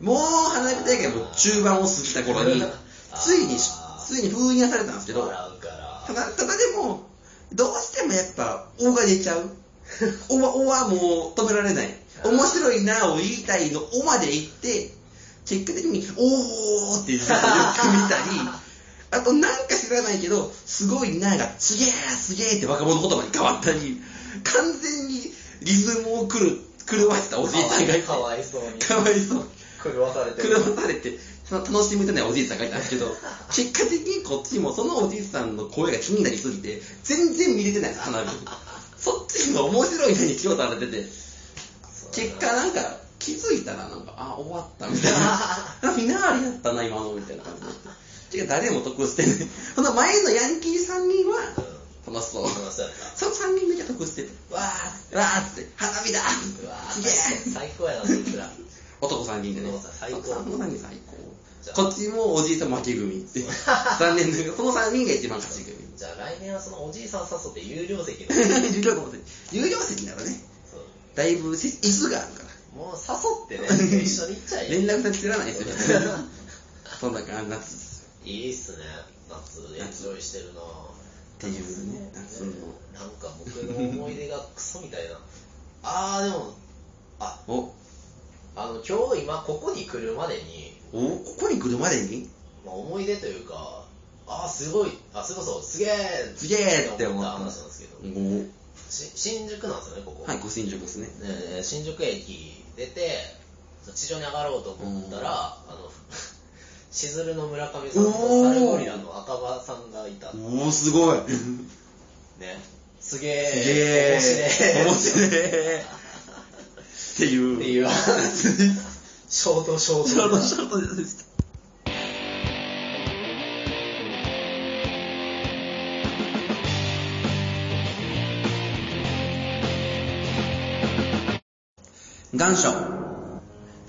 S1: もう花火大会も中盤を過ぎた頃に
S2: あー、
S1: ついに、ついに封印はされたんですけど、
S2: 笑うから
S1: ただ、ただでも、どうしてもやっぱ、おが出ちゃう。おは、おはもう止められない。面白いなを言いたいの、おまで言って、結果的に、おーって言ってよく見たり、あとなんか知らないけど、すごいなが、すげーすげーって若者言葉に変わったり、完全にリズムを狂う狂わせたおじいさんがいて、
S2: かわいそうに
S1: かわいそう。
S2: 狂わされてる
S1: 車されて、その楽しみたいなおじいさんがいたんですけど、結果的にこっちもそのおじいさんの声が気になりすぎて、全然見れてないです、花火。そっちの面白いのに気を取られてて、結果なんか気づいたらなんか、あ、終わったみたいな。あフィナーレやったな、今の、みたいな感じで。てか誰も得してない。その前のヤンキー3人は楽しそう。
S2: 楽しそうやった
S1: その3人だけ得してて、わーわーっつって、花火だ
S2: うわ [laughs] ー
S1: すげー
S2: 最高やなそいつら
S1: 男3人でね。
S2: 男三人最高
S1: 男3人最
S2: じゃあ
S1: 高。こっちもおじいさん負け組って。残念ながら、その3人が一番勝ち [laughs] 組。
S2: じゃあ来年はそのおじいさん誘って有料席の
S1: 有料席。有料席ならね、
S2: そう
S1: だいぶせ椅子があるから。
S2: もう誘ってね一緒に行っちゃえ
S1: 連絡先知らないですよ。 [laughs] そんな感じなんです。
S2: いいっすね夏エンジョイしてるな
S1: っていうね、夏の。
S2: なんか僕の思い出がクソみたいな [laughs] あーでもあ
S1: お、
S2: あの今日今ここに来るまでに、
S1: お、ここに来るまでに
S2: まあ、思い出というかあーすごいあそれこそすげえ
S1: すげえって思った
S2: 話なんですけど
S1: お、
S2: し新宿なんですよねここ、
S1: はい、ご新宿ですね。
S2: ね新宿駅出て地上に上がろうと思ったら、あの [laughs] しずるの村上さんとサルゴリラの赤羽さんがいたね
S1: おー、 [laughs] すごい。
S2: すげえ
S1: すげえ。
S2: 面
S1: 面
S2: 白
S1: 白
S2: い
S1: [laughs] い。っていう。
S2: っていう話
S1: [laughs]
S2: ショートショート
S1: ショートショートでした。願書、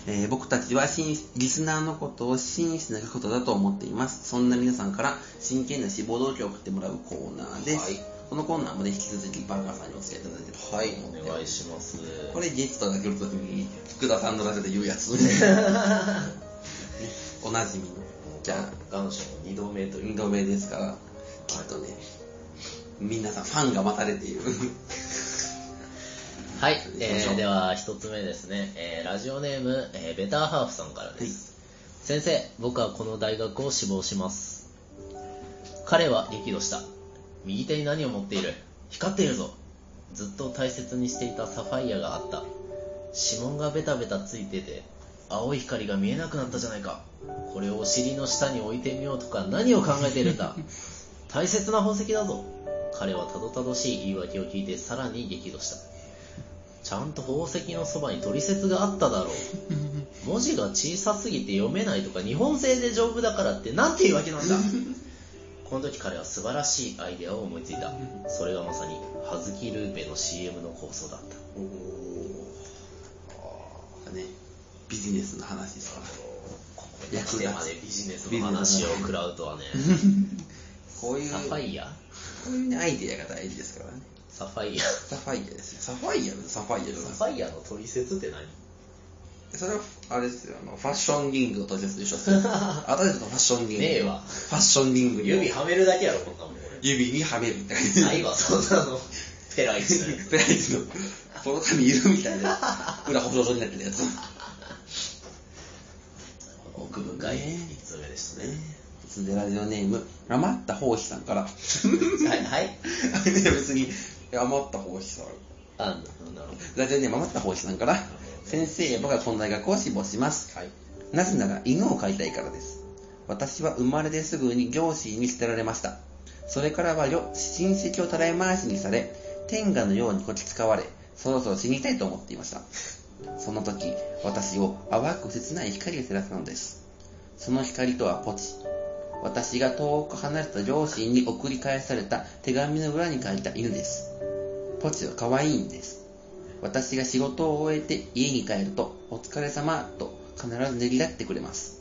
S1: えー僕たちは真リスナーのことを真摯なことだと思っていますそんな皆さんから真剣な志望動機を送ってもらうコーナーです、
S2: はい
S1: このコーナーもね引き続きバンカーさんにお付き合いいただいてはい
S2: お願いします
S1: これゲストが来るときに福田さんのラジオで言うやつおなじみのじゃあ
S2: 願書の2度目という
S1: 運動名ですからきっとね皆さんファンが待たれている
S2: はい、
S1: 行きま
S2: え
S1: しょ
S2: ー
S1: う
S2: では一つ目ですね、えーラジオネーム、えーベターハーフさんからです、先生僕はこの大学を志望します彼は激怒した右手に何を持っている光っているぞずっと大切にしていたサファイアがあった指紋がベタベタついてて青い光が見えなくなったじゃないかこれをお尻の下に置いてみようとか何を考えている
S1: [laughs]
S2: んだ大切な宝石だぞ彼はたどたどしい言い訳を聞いてさらに激怒したちゃんと宝石のそばに取説があっただろう文字が小さすぎて読めないとか日本製で丈夫だからってなんて言うわけなんだこの時彼は素晴らしいアイデアを思いついたそれがまさに葉月ルーペの CM の構想だった
S1: おおねビジネスの話ですから
S2: ここに来てまでビジネスの話を食らうとはね
S1: こういう
S2: サファイア
S1: こういうねアイデアが大事ですからね
S2: サファイア
S1: サファイアですよサファイアのサファイアじゃない
S2: サファイアの取説って何
S1: それはあれですよあのファッションリングの取説で
S2: [laughs]
S1: しょ私たちのファッションリング
S2: ねえわ
S1: ファッションリングに
S2: 指はめるだけやろこんなもんこれ
S1: 指にはめるみたい [laughs] な
S2: ないわそんなのペライチのやつ
S1: ペライチの、この髪いるみたいな、裏保証書になってるやつ。
S2: 奥深い
S1: ね
S2: 一通目でしたね。
S1: 続いてラジオネーム、余った胞子さんから。はい、
S2: はい、はい。
S1: 別に、余った胞子さん。
S2: あ、なるほど。
S1: ラジオネーム余った胞子さんから。先生、僕はこの大学を志望します。
S2: はい。
S1: なぜなら犬を飼いたいからです。私は生まれてすぐに両親に捨てられました。それからはよ親戚をたらい回しにされ、天下のようにこき使われ、そろそろ死にたいと思っていました。その時、私を淡く切ない光が照らすのです。その光とはポチ。私が遠く離れた両親に送り返された手紙の裏に書いた犬です。ポチは可愛いんです。私が仕事を終えて家に帰ると、お疲れ様と必ずねぎらってくれます。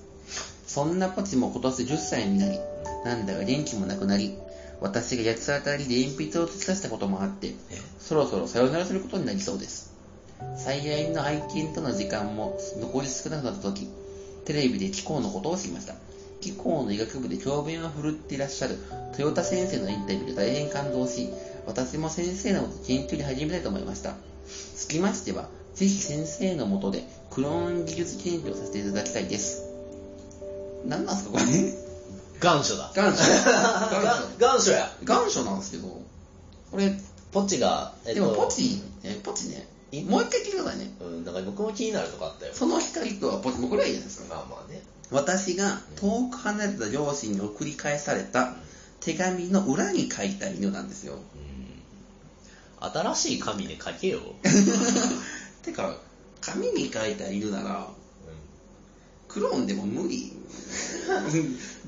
S1: そんなポチも今年10歳になり、なんだか元気もなくなり、私が八つ当たりで鉛筆を突き刺したこともあって、そろそろさよならすることになりそうです。最愛の愛犬との時間も残り少なくなった時、テレビで気候のことを知りました。気候の医学部で教鞭を振るっていらっしゃる豊田先生のインタビューで大変感動し、私も先生のこと研究に始めたいと思いました。つきましては、ぜひ先生のもとでクローン技術研究をさせていただきたいです。何なんですかこれ
S2: 願書だ。
S1: 願書。願書。
S2: [laughs] 願書や。
S1: 願書なんですけど、これ、
S2: ポチが、えっ
S1: で
S2: と、
S1: もポチ、えポチね、もう一回聞いてくださいね。
S2: うん、なんか僕も気になるとかあったよ。
S1: その光とはポチ、もうこれはいいじゃないですか。
S2: まあまあね。
S1: 私が遠く離れた両親に送り返された手紙の裏に書いた犬なんですよ。
S2: うん。新しい紙で書けよ。
S1: てか、紙に書いた犬なら、
S2: う
S1: クローンでも無理。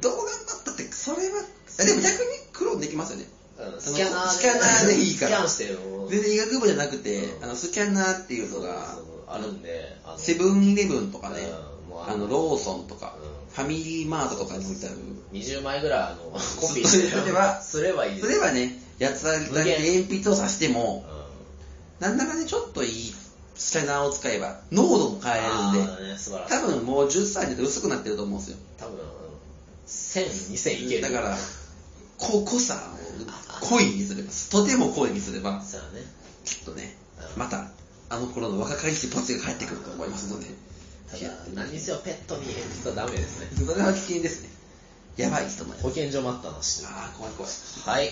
S1: どう頑張ったって、それは、えでも逆にクローンできますよね。
S2: ん
S1: スキャナーでスキャナーでいいから
S2: スキャンしてよ。
S1: 全然医学部じゃなくて、
S2: うん
S1: あのスキャナーっていうのが
S2: そう、あるんで、あの
S1: セブンイレブンとかね、
S2: うんもう
S1: あ
S2: あの
S1: のローソンとか、
S2: うん
S1: ファミリーマートとかに置いてある。
S2: 20枚ぐらいあのコピー
S1: ずっとやってれば
S2: すればいいで
S1: そ
S2: す
S1: れはね、やつありだけ鉛筆を刺しても、
S2: う
S1: なんだかね、ちょっといいスキャナーを使えば、濃度も変
S2: ん
S1: えるん
S2: あ
S1: で、
S2: ーね素晴らしい
S1: 多分もう10歳で薄くなってると思うんですよ。
S2: 多分1000、2000いける
S1: だから、こ濃さを濃いにすれば、とても濃いにすれば、
S2: そうだね
S1: きっとね
S2: う、ん
S1: また、あの頃の若かりしポチが帰ってくると思いますので、
S2: ただ何にせよペットに鉛筆はダメですね
S1: それは危険ですね。やばい人もいる
S2: 保健所待ったなし
S1: ああ、怖い怖い。
S2: はい、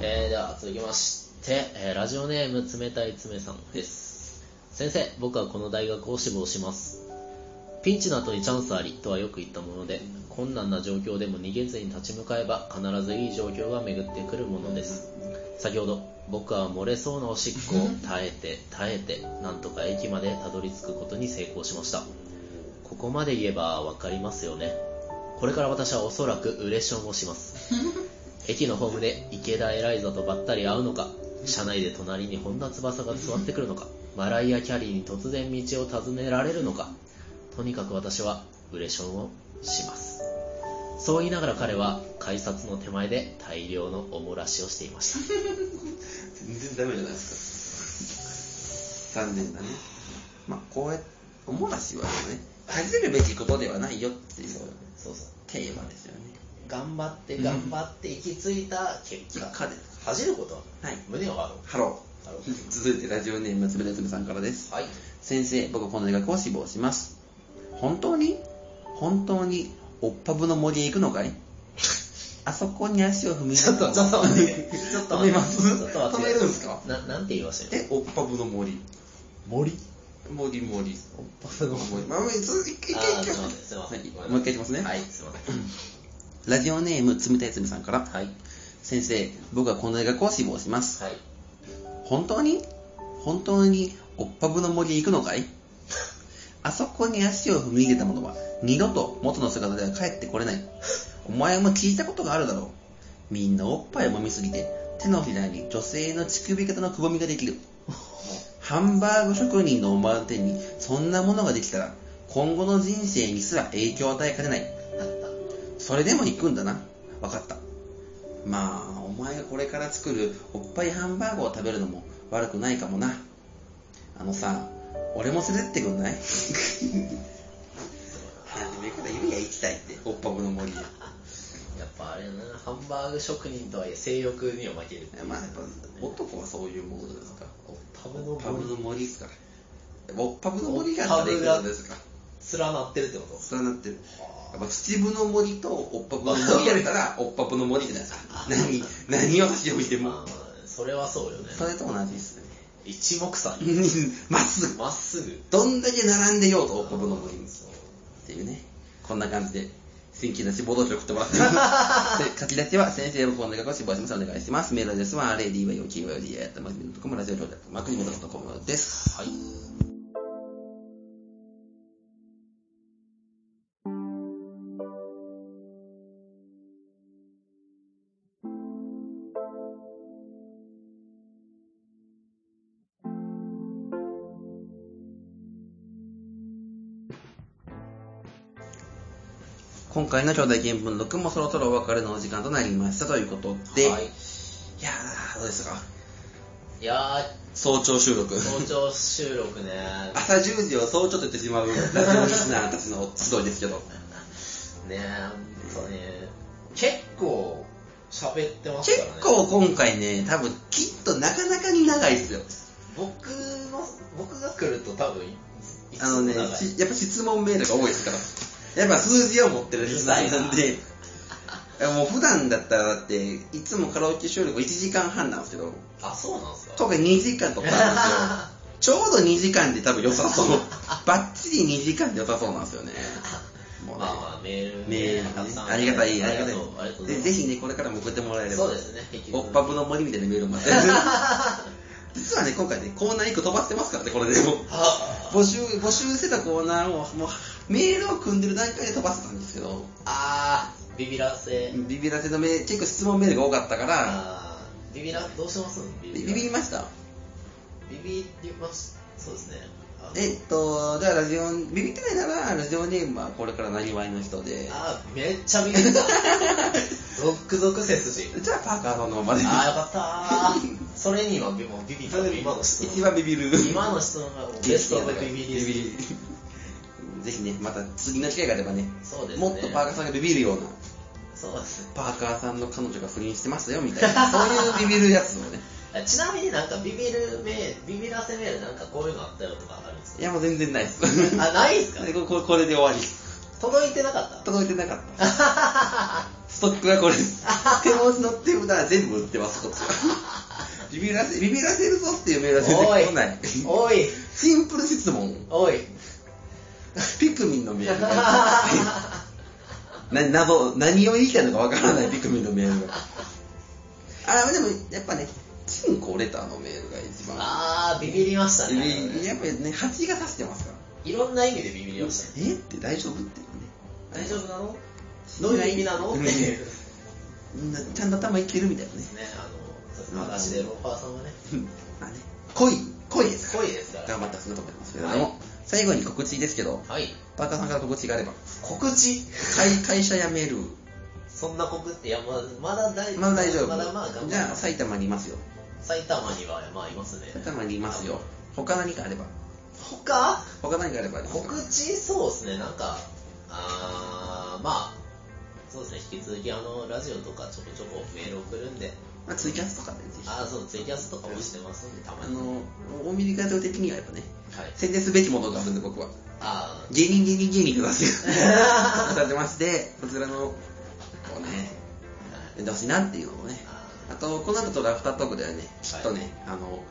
S2: えー、では続きまして、えーラジオネーム冷たい爪さんです先生僕はこの大学を志望しますピンチの後にチャンスありとはよく言ったもので困難な状況でも逃げずに立ち向かえば必ずいい状況が巡ってくるものです先ほど僕は漏れそうなおしっこを耐えて耐えてなんとか駅までたどり着くことに成功しましたここまで言えば分かりますよねこれから私はおそらくウレションをします駅のホームで池田エライザとばったり会うのか車内で隣に本田翼が座ってくるのかマライア・キャリーに突然道を尋ねられるのかとにかく私はウレションをしますそう言いながら彼は改札の手前で大量のおもらしをしていました
S1: 全然ダメじゃないですか残念だねまあこうやっておもらしはでもね恥じるべきことではないよっていう
S2: そうそう
S1: テーマですよね
S2: 頑張って頑張って行き着いた結
S1: 結
S2: 果、
S1: 果です
S2: 恥じることは
S1: はい
S2: 胸を張ろう
S1: ハロ
S2: ハロ
S1: ー [laughs] 続いてラジオネームつぶれつぶさんからです
S2: はい
S1: 先生僕この大学を志望します本当に本当におっぱぶの森へ行くのか
S2: [laughs]
S1: いあそこに足を踏み
S2: ちょっと、ちょっと待って。 [laughs] ちょっ
S1: 止
S2: と待
S1: め
S2: って。
S1: ます
S2: ちょっと待
S1: 止
S2: って。
S1: めるんですか
S2: な、なんて言いましたよ。
S1: [laughs] えおっぱぶの森
S2: 森
S1: 森森
S2: おっぱの森。
S1: まあ、もう一回、一
S2: あ
S1: 回、
S2: ーちょっと待ってすいま
S1: は
S2: せん
S1: いもう一回いきますね。
S2: はい、すいません。
S1: ラジオネーム、つみたいつみさんから。先生、僕はこの大学を志望します。
S2: はい。
S1: 本当に本当に、おっぱぶの森へ行くのかいあそこに足を踏み入れた者は、二度と元の姿では帰ってこれない。お前も聞いたことがあるだろう。みんなおっぱいを揉みすぎて、手のひらに女性の乳首型のくぼみができる。ハンバーグ職人のお前の手にそんなものができたら今後の人生にすら影響を与えかねない。それでも行くんだな。わかった。まあ、お前がこれから作るおっぱいハンバーグを食べるのも悪くないかもな。あのさ、俺も連れてってくんない [laughs] なんで上から指が行きたいって、おっぱぶの森へ。
S2: やっぱあれだな、ハンバーグ職人とはいえ性欲には負ける。
S1: まあ、やっぱ男はそういうものですか。
S2: おっぱぶ
S1: お
S2: の
S1: っぱぶ
S2: 森。
S1: の森ですから。おっぱぶの森が食べるんですか。
S2: 連なってるってこと
S1: そうなってる。やっぱ秩父の森とおっぱぷの森やったら、おっぱぷの森ってなる何、何を差し置いて
S2: まあま
S1: も。
S2: あそれはそうよね
S1: それと同じですね。 [laughs]
S2: 一目散に
S1: まっすぐ。
S2: まっすぐ
S1: どんだけ並んでようと、おっぱぷの森に。
S2: そう
S1: っていうね。こんな感じで、新規な志望動詞を送って [laughs] もらってます。で書き出しは、先生のこの中を志望します。お願いします。メールアドレスは、radyokyoda やったまじのとこも、ラジオ料理やったまくじのとこもです。はい。今回の兄弟見聞録もそろそろお別れのお時間となりましたということで、、
S2: はいい、
S1: やー、どうでしたか
S2: いや
S1: 早朝収録
S2: ー。早朝収録ね
S1: [laughs]
S2: [laughs]
S1: 朝10時を早朝と言ってしまうラジオリスナーたちの集いですけど、
S2: ねえほんとね結構喋ってます
S1: 結
S2: からね
S1: 構今回ね、多分きっとなかなかに長いですよ。
S2: 僕の僕が来ると多分いいつ
S1: あ
S2: も
S1: のね、
S2: 長い
S1: しやっぱ質問メールが多いですから、やっぱ数字を持ってるリスナーなんで、もう普段だったらだって、いつもカラオケ収録1時間半なんですけど、
S2: あそうなんすか
S1: 今回2時間とかあるんですよ。ちょうど2時間で多分良さそう。
S2: [laughs]
S1: バッチリ2時間で良さそうなんですよね。もうね
S2: [laughs] まあまあメールね
S1: メール
S2: たくさん
S1: ありがたい、ありがた
S2: ありがとうありがとう
S1: い。
S2: ござい
S1: で、
S2: ます
S1: ぜひね、これからも送ってもらえれば。
S2: そうですね引き続
S1: お
S2: き
S1: っぱぶの森みたいなメール [laughs] もらって。実はね、今回ね、コーナー1個飛ばしてますからね、これでも。
S2: あ
S1: 募集、募集してたコーナーを、もう、メールを組んでる段階で飛ばしてたんですけど、
S2: あービビらせ
S1: ビビらせのメール、結構質問メールが多かったから、
S2: あービビらどうしますビ
S1: ビ
S2: ビら
S1: ビりました。
S2: ビビりますそうですねあ
S1: えっと、じゃあラジオ、ビビってないなら、ラジオネームはこれから何わいの人で、
S2: あーめっちゃビ
S1: [laughs]
S2: ビった続々背筋
S1: じゃあパーカーさんのままで。
S2: あーよか
S1: [laughs]
S2: ったーそれにはビもうビビった今の質
S1: 一
S2: 問
S1: 番ビビる。
S2: 今の質問がもうベストオブビビりです
S1: ビビぜひね、また次の機会があればね、
S2: そうですね
S1: もっとパーカーさんがビビるような、
S2: そうです
S1: パーカーさんの彼女が不倫してましたよみたいな、 [laughs] そういうビビるやつをね、
S2: あちなみになんかビビるメールビビらせメールなんかこういうのあったよとかあるんです
S1: い
S2: か
S1: やもう全然ないです。
S2: あないですか
S1: でこここれで終わりです。
S2: 届いてなかった
S1: 届いてなか [laughs] った。ストックがこれ [laughs] です。手持ちの手札は全部売ってます、こっちは。ビビらせ、ビビらせるぞっていうメールは全然来ない。
S2: おい
S1: シンプル質問。
S2: おい
S1: ピクミンのメー [laughs] ルが。な謎、何を言いたいのかわからないピクミンのメールが。あ、でもやっぱね、チンコレターのメールが一番。
S2: あービビりました
S1: ビビやっ
S2: ね
S1: ぱりね、蜂が刺してますから。
S2: いろんな意味でビビりましたね
S1: えって大丈夫っていうね。
S2: 大丈夫なのどういう意味なのっていうね
S1: うんなちゃんと頭いってるみたいなね。
S2: あのそうですね私でロッパーさんはね
S1: まあね、 [laughs] 恋、恋ですから
S2: 恋ですから
S1: 頑張ってほしいなと思いますけれども、
S2: はい
S1: 最後に告知ですけど、
S2: はい
S1: パーカーさんから告知があれば、
S2: 告知
S1: 会会社辞める、
S2: そんな告知いやまだまだ大
S1: まだ大丈夫、
S2: まだまあ頑張
S1: じゃあ埼玉にいますよ、
S2: 埼玉にはまあいますね
S1: 埼玉にいますよ、他何かあれば、
S2: 他
S1: 他何かあればあります
S2: 告
S1: か
S2: 知そうですねなんかあーまあそうですね引き続きあのラジオとかちょこちょこメール送るんで
S1: まあ、ツイキャスとかでぜひ、
S2: ああそうツイキャスとかもしてますんでたま
S1: あ
S2: にはい
S1: の、大見リカ的にはやっぱね、宣伝すべきものがあるんで、僕は。
S2: あ
S1: 芸人芸人芸人と出して、出てまして、こちらの、こうね、出てほしいなっていうのもね
S2: ー、あ
S1: あと、この後とラフタートークではね、きっとね、あの、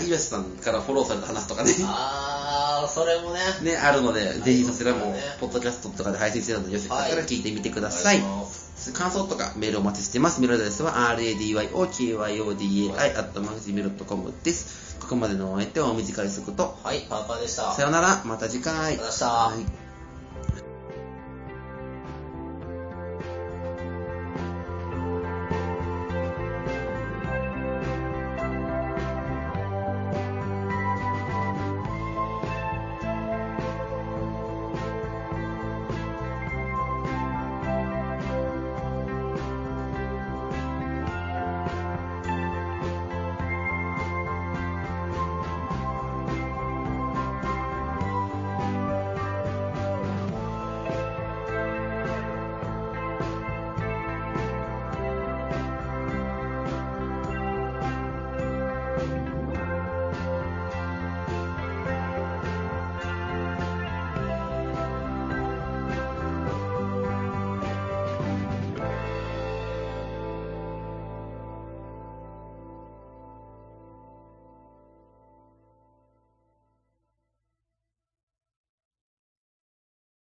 S1: 有吉さんからフォローされた話とかね、
S2: ーあーそれもね
S1: ね、あるので、ぜひそちら
S2: そう
S1: も
S2: だね、
S1: ポッドキャストとかで配信してるので、よしよかったら聞いてみてください。
S2: お願します
S1: 感想とかメールお待ちしてます。メールアドレスは radyokyodai.com です。ここまでのお相手はお短い速と、
S2: はいパーパーでした
S1: さよなら、また次回。
S2: また明日
S1: はい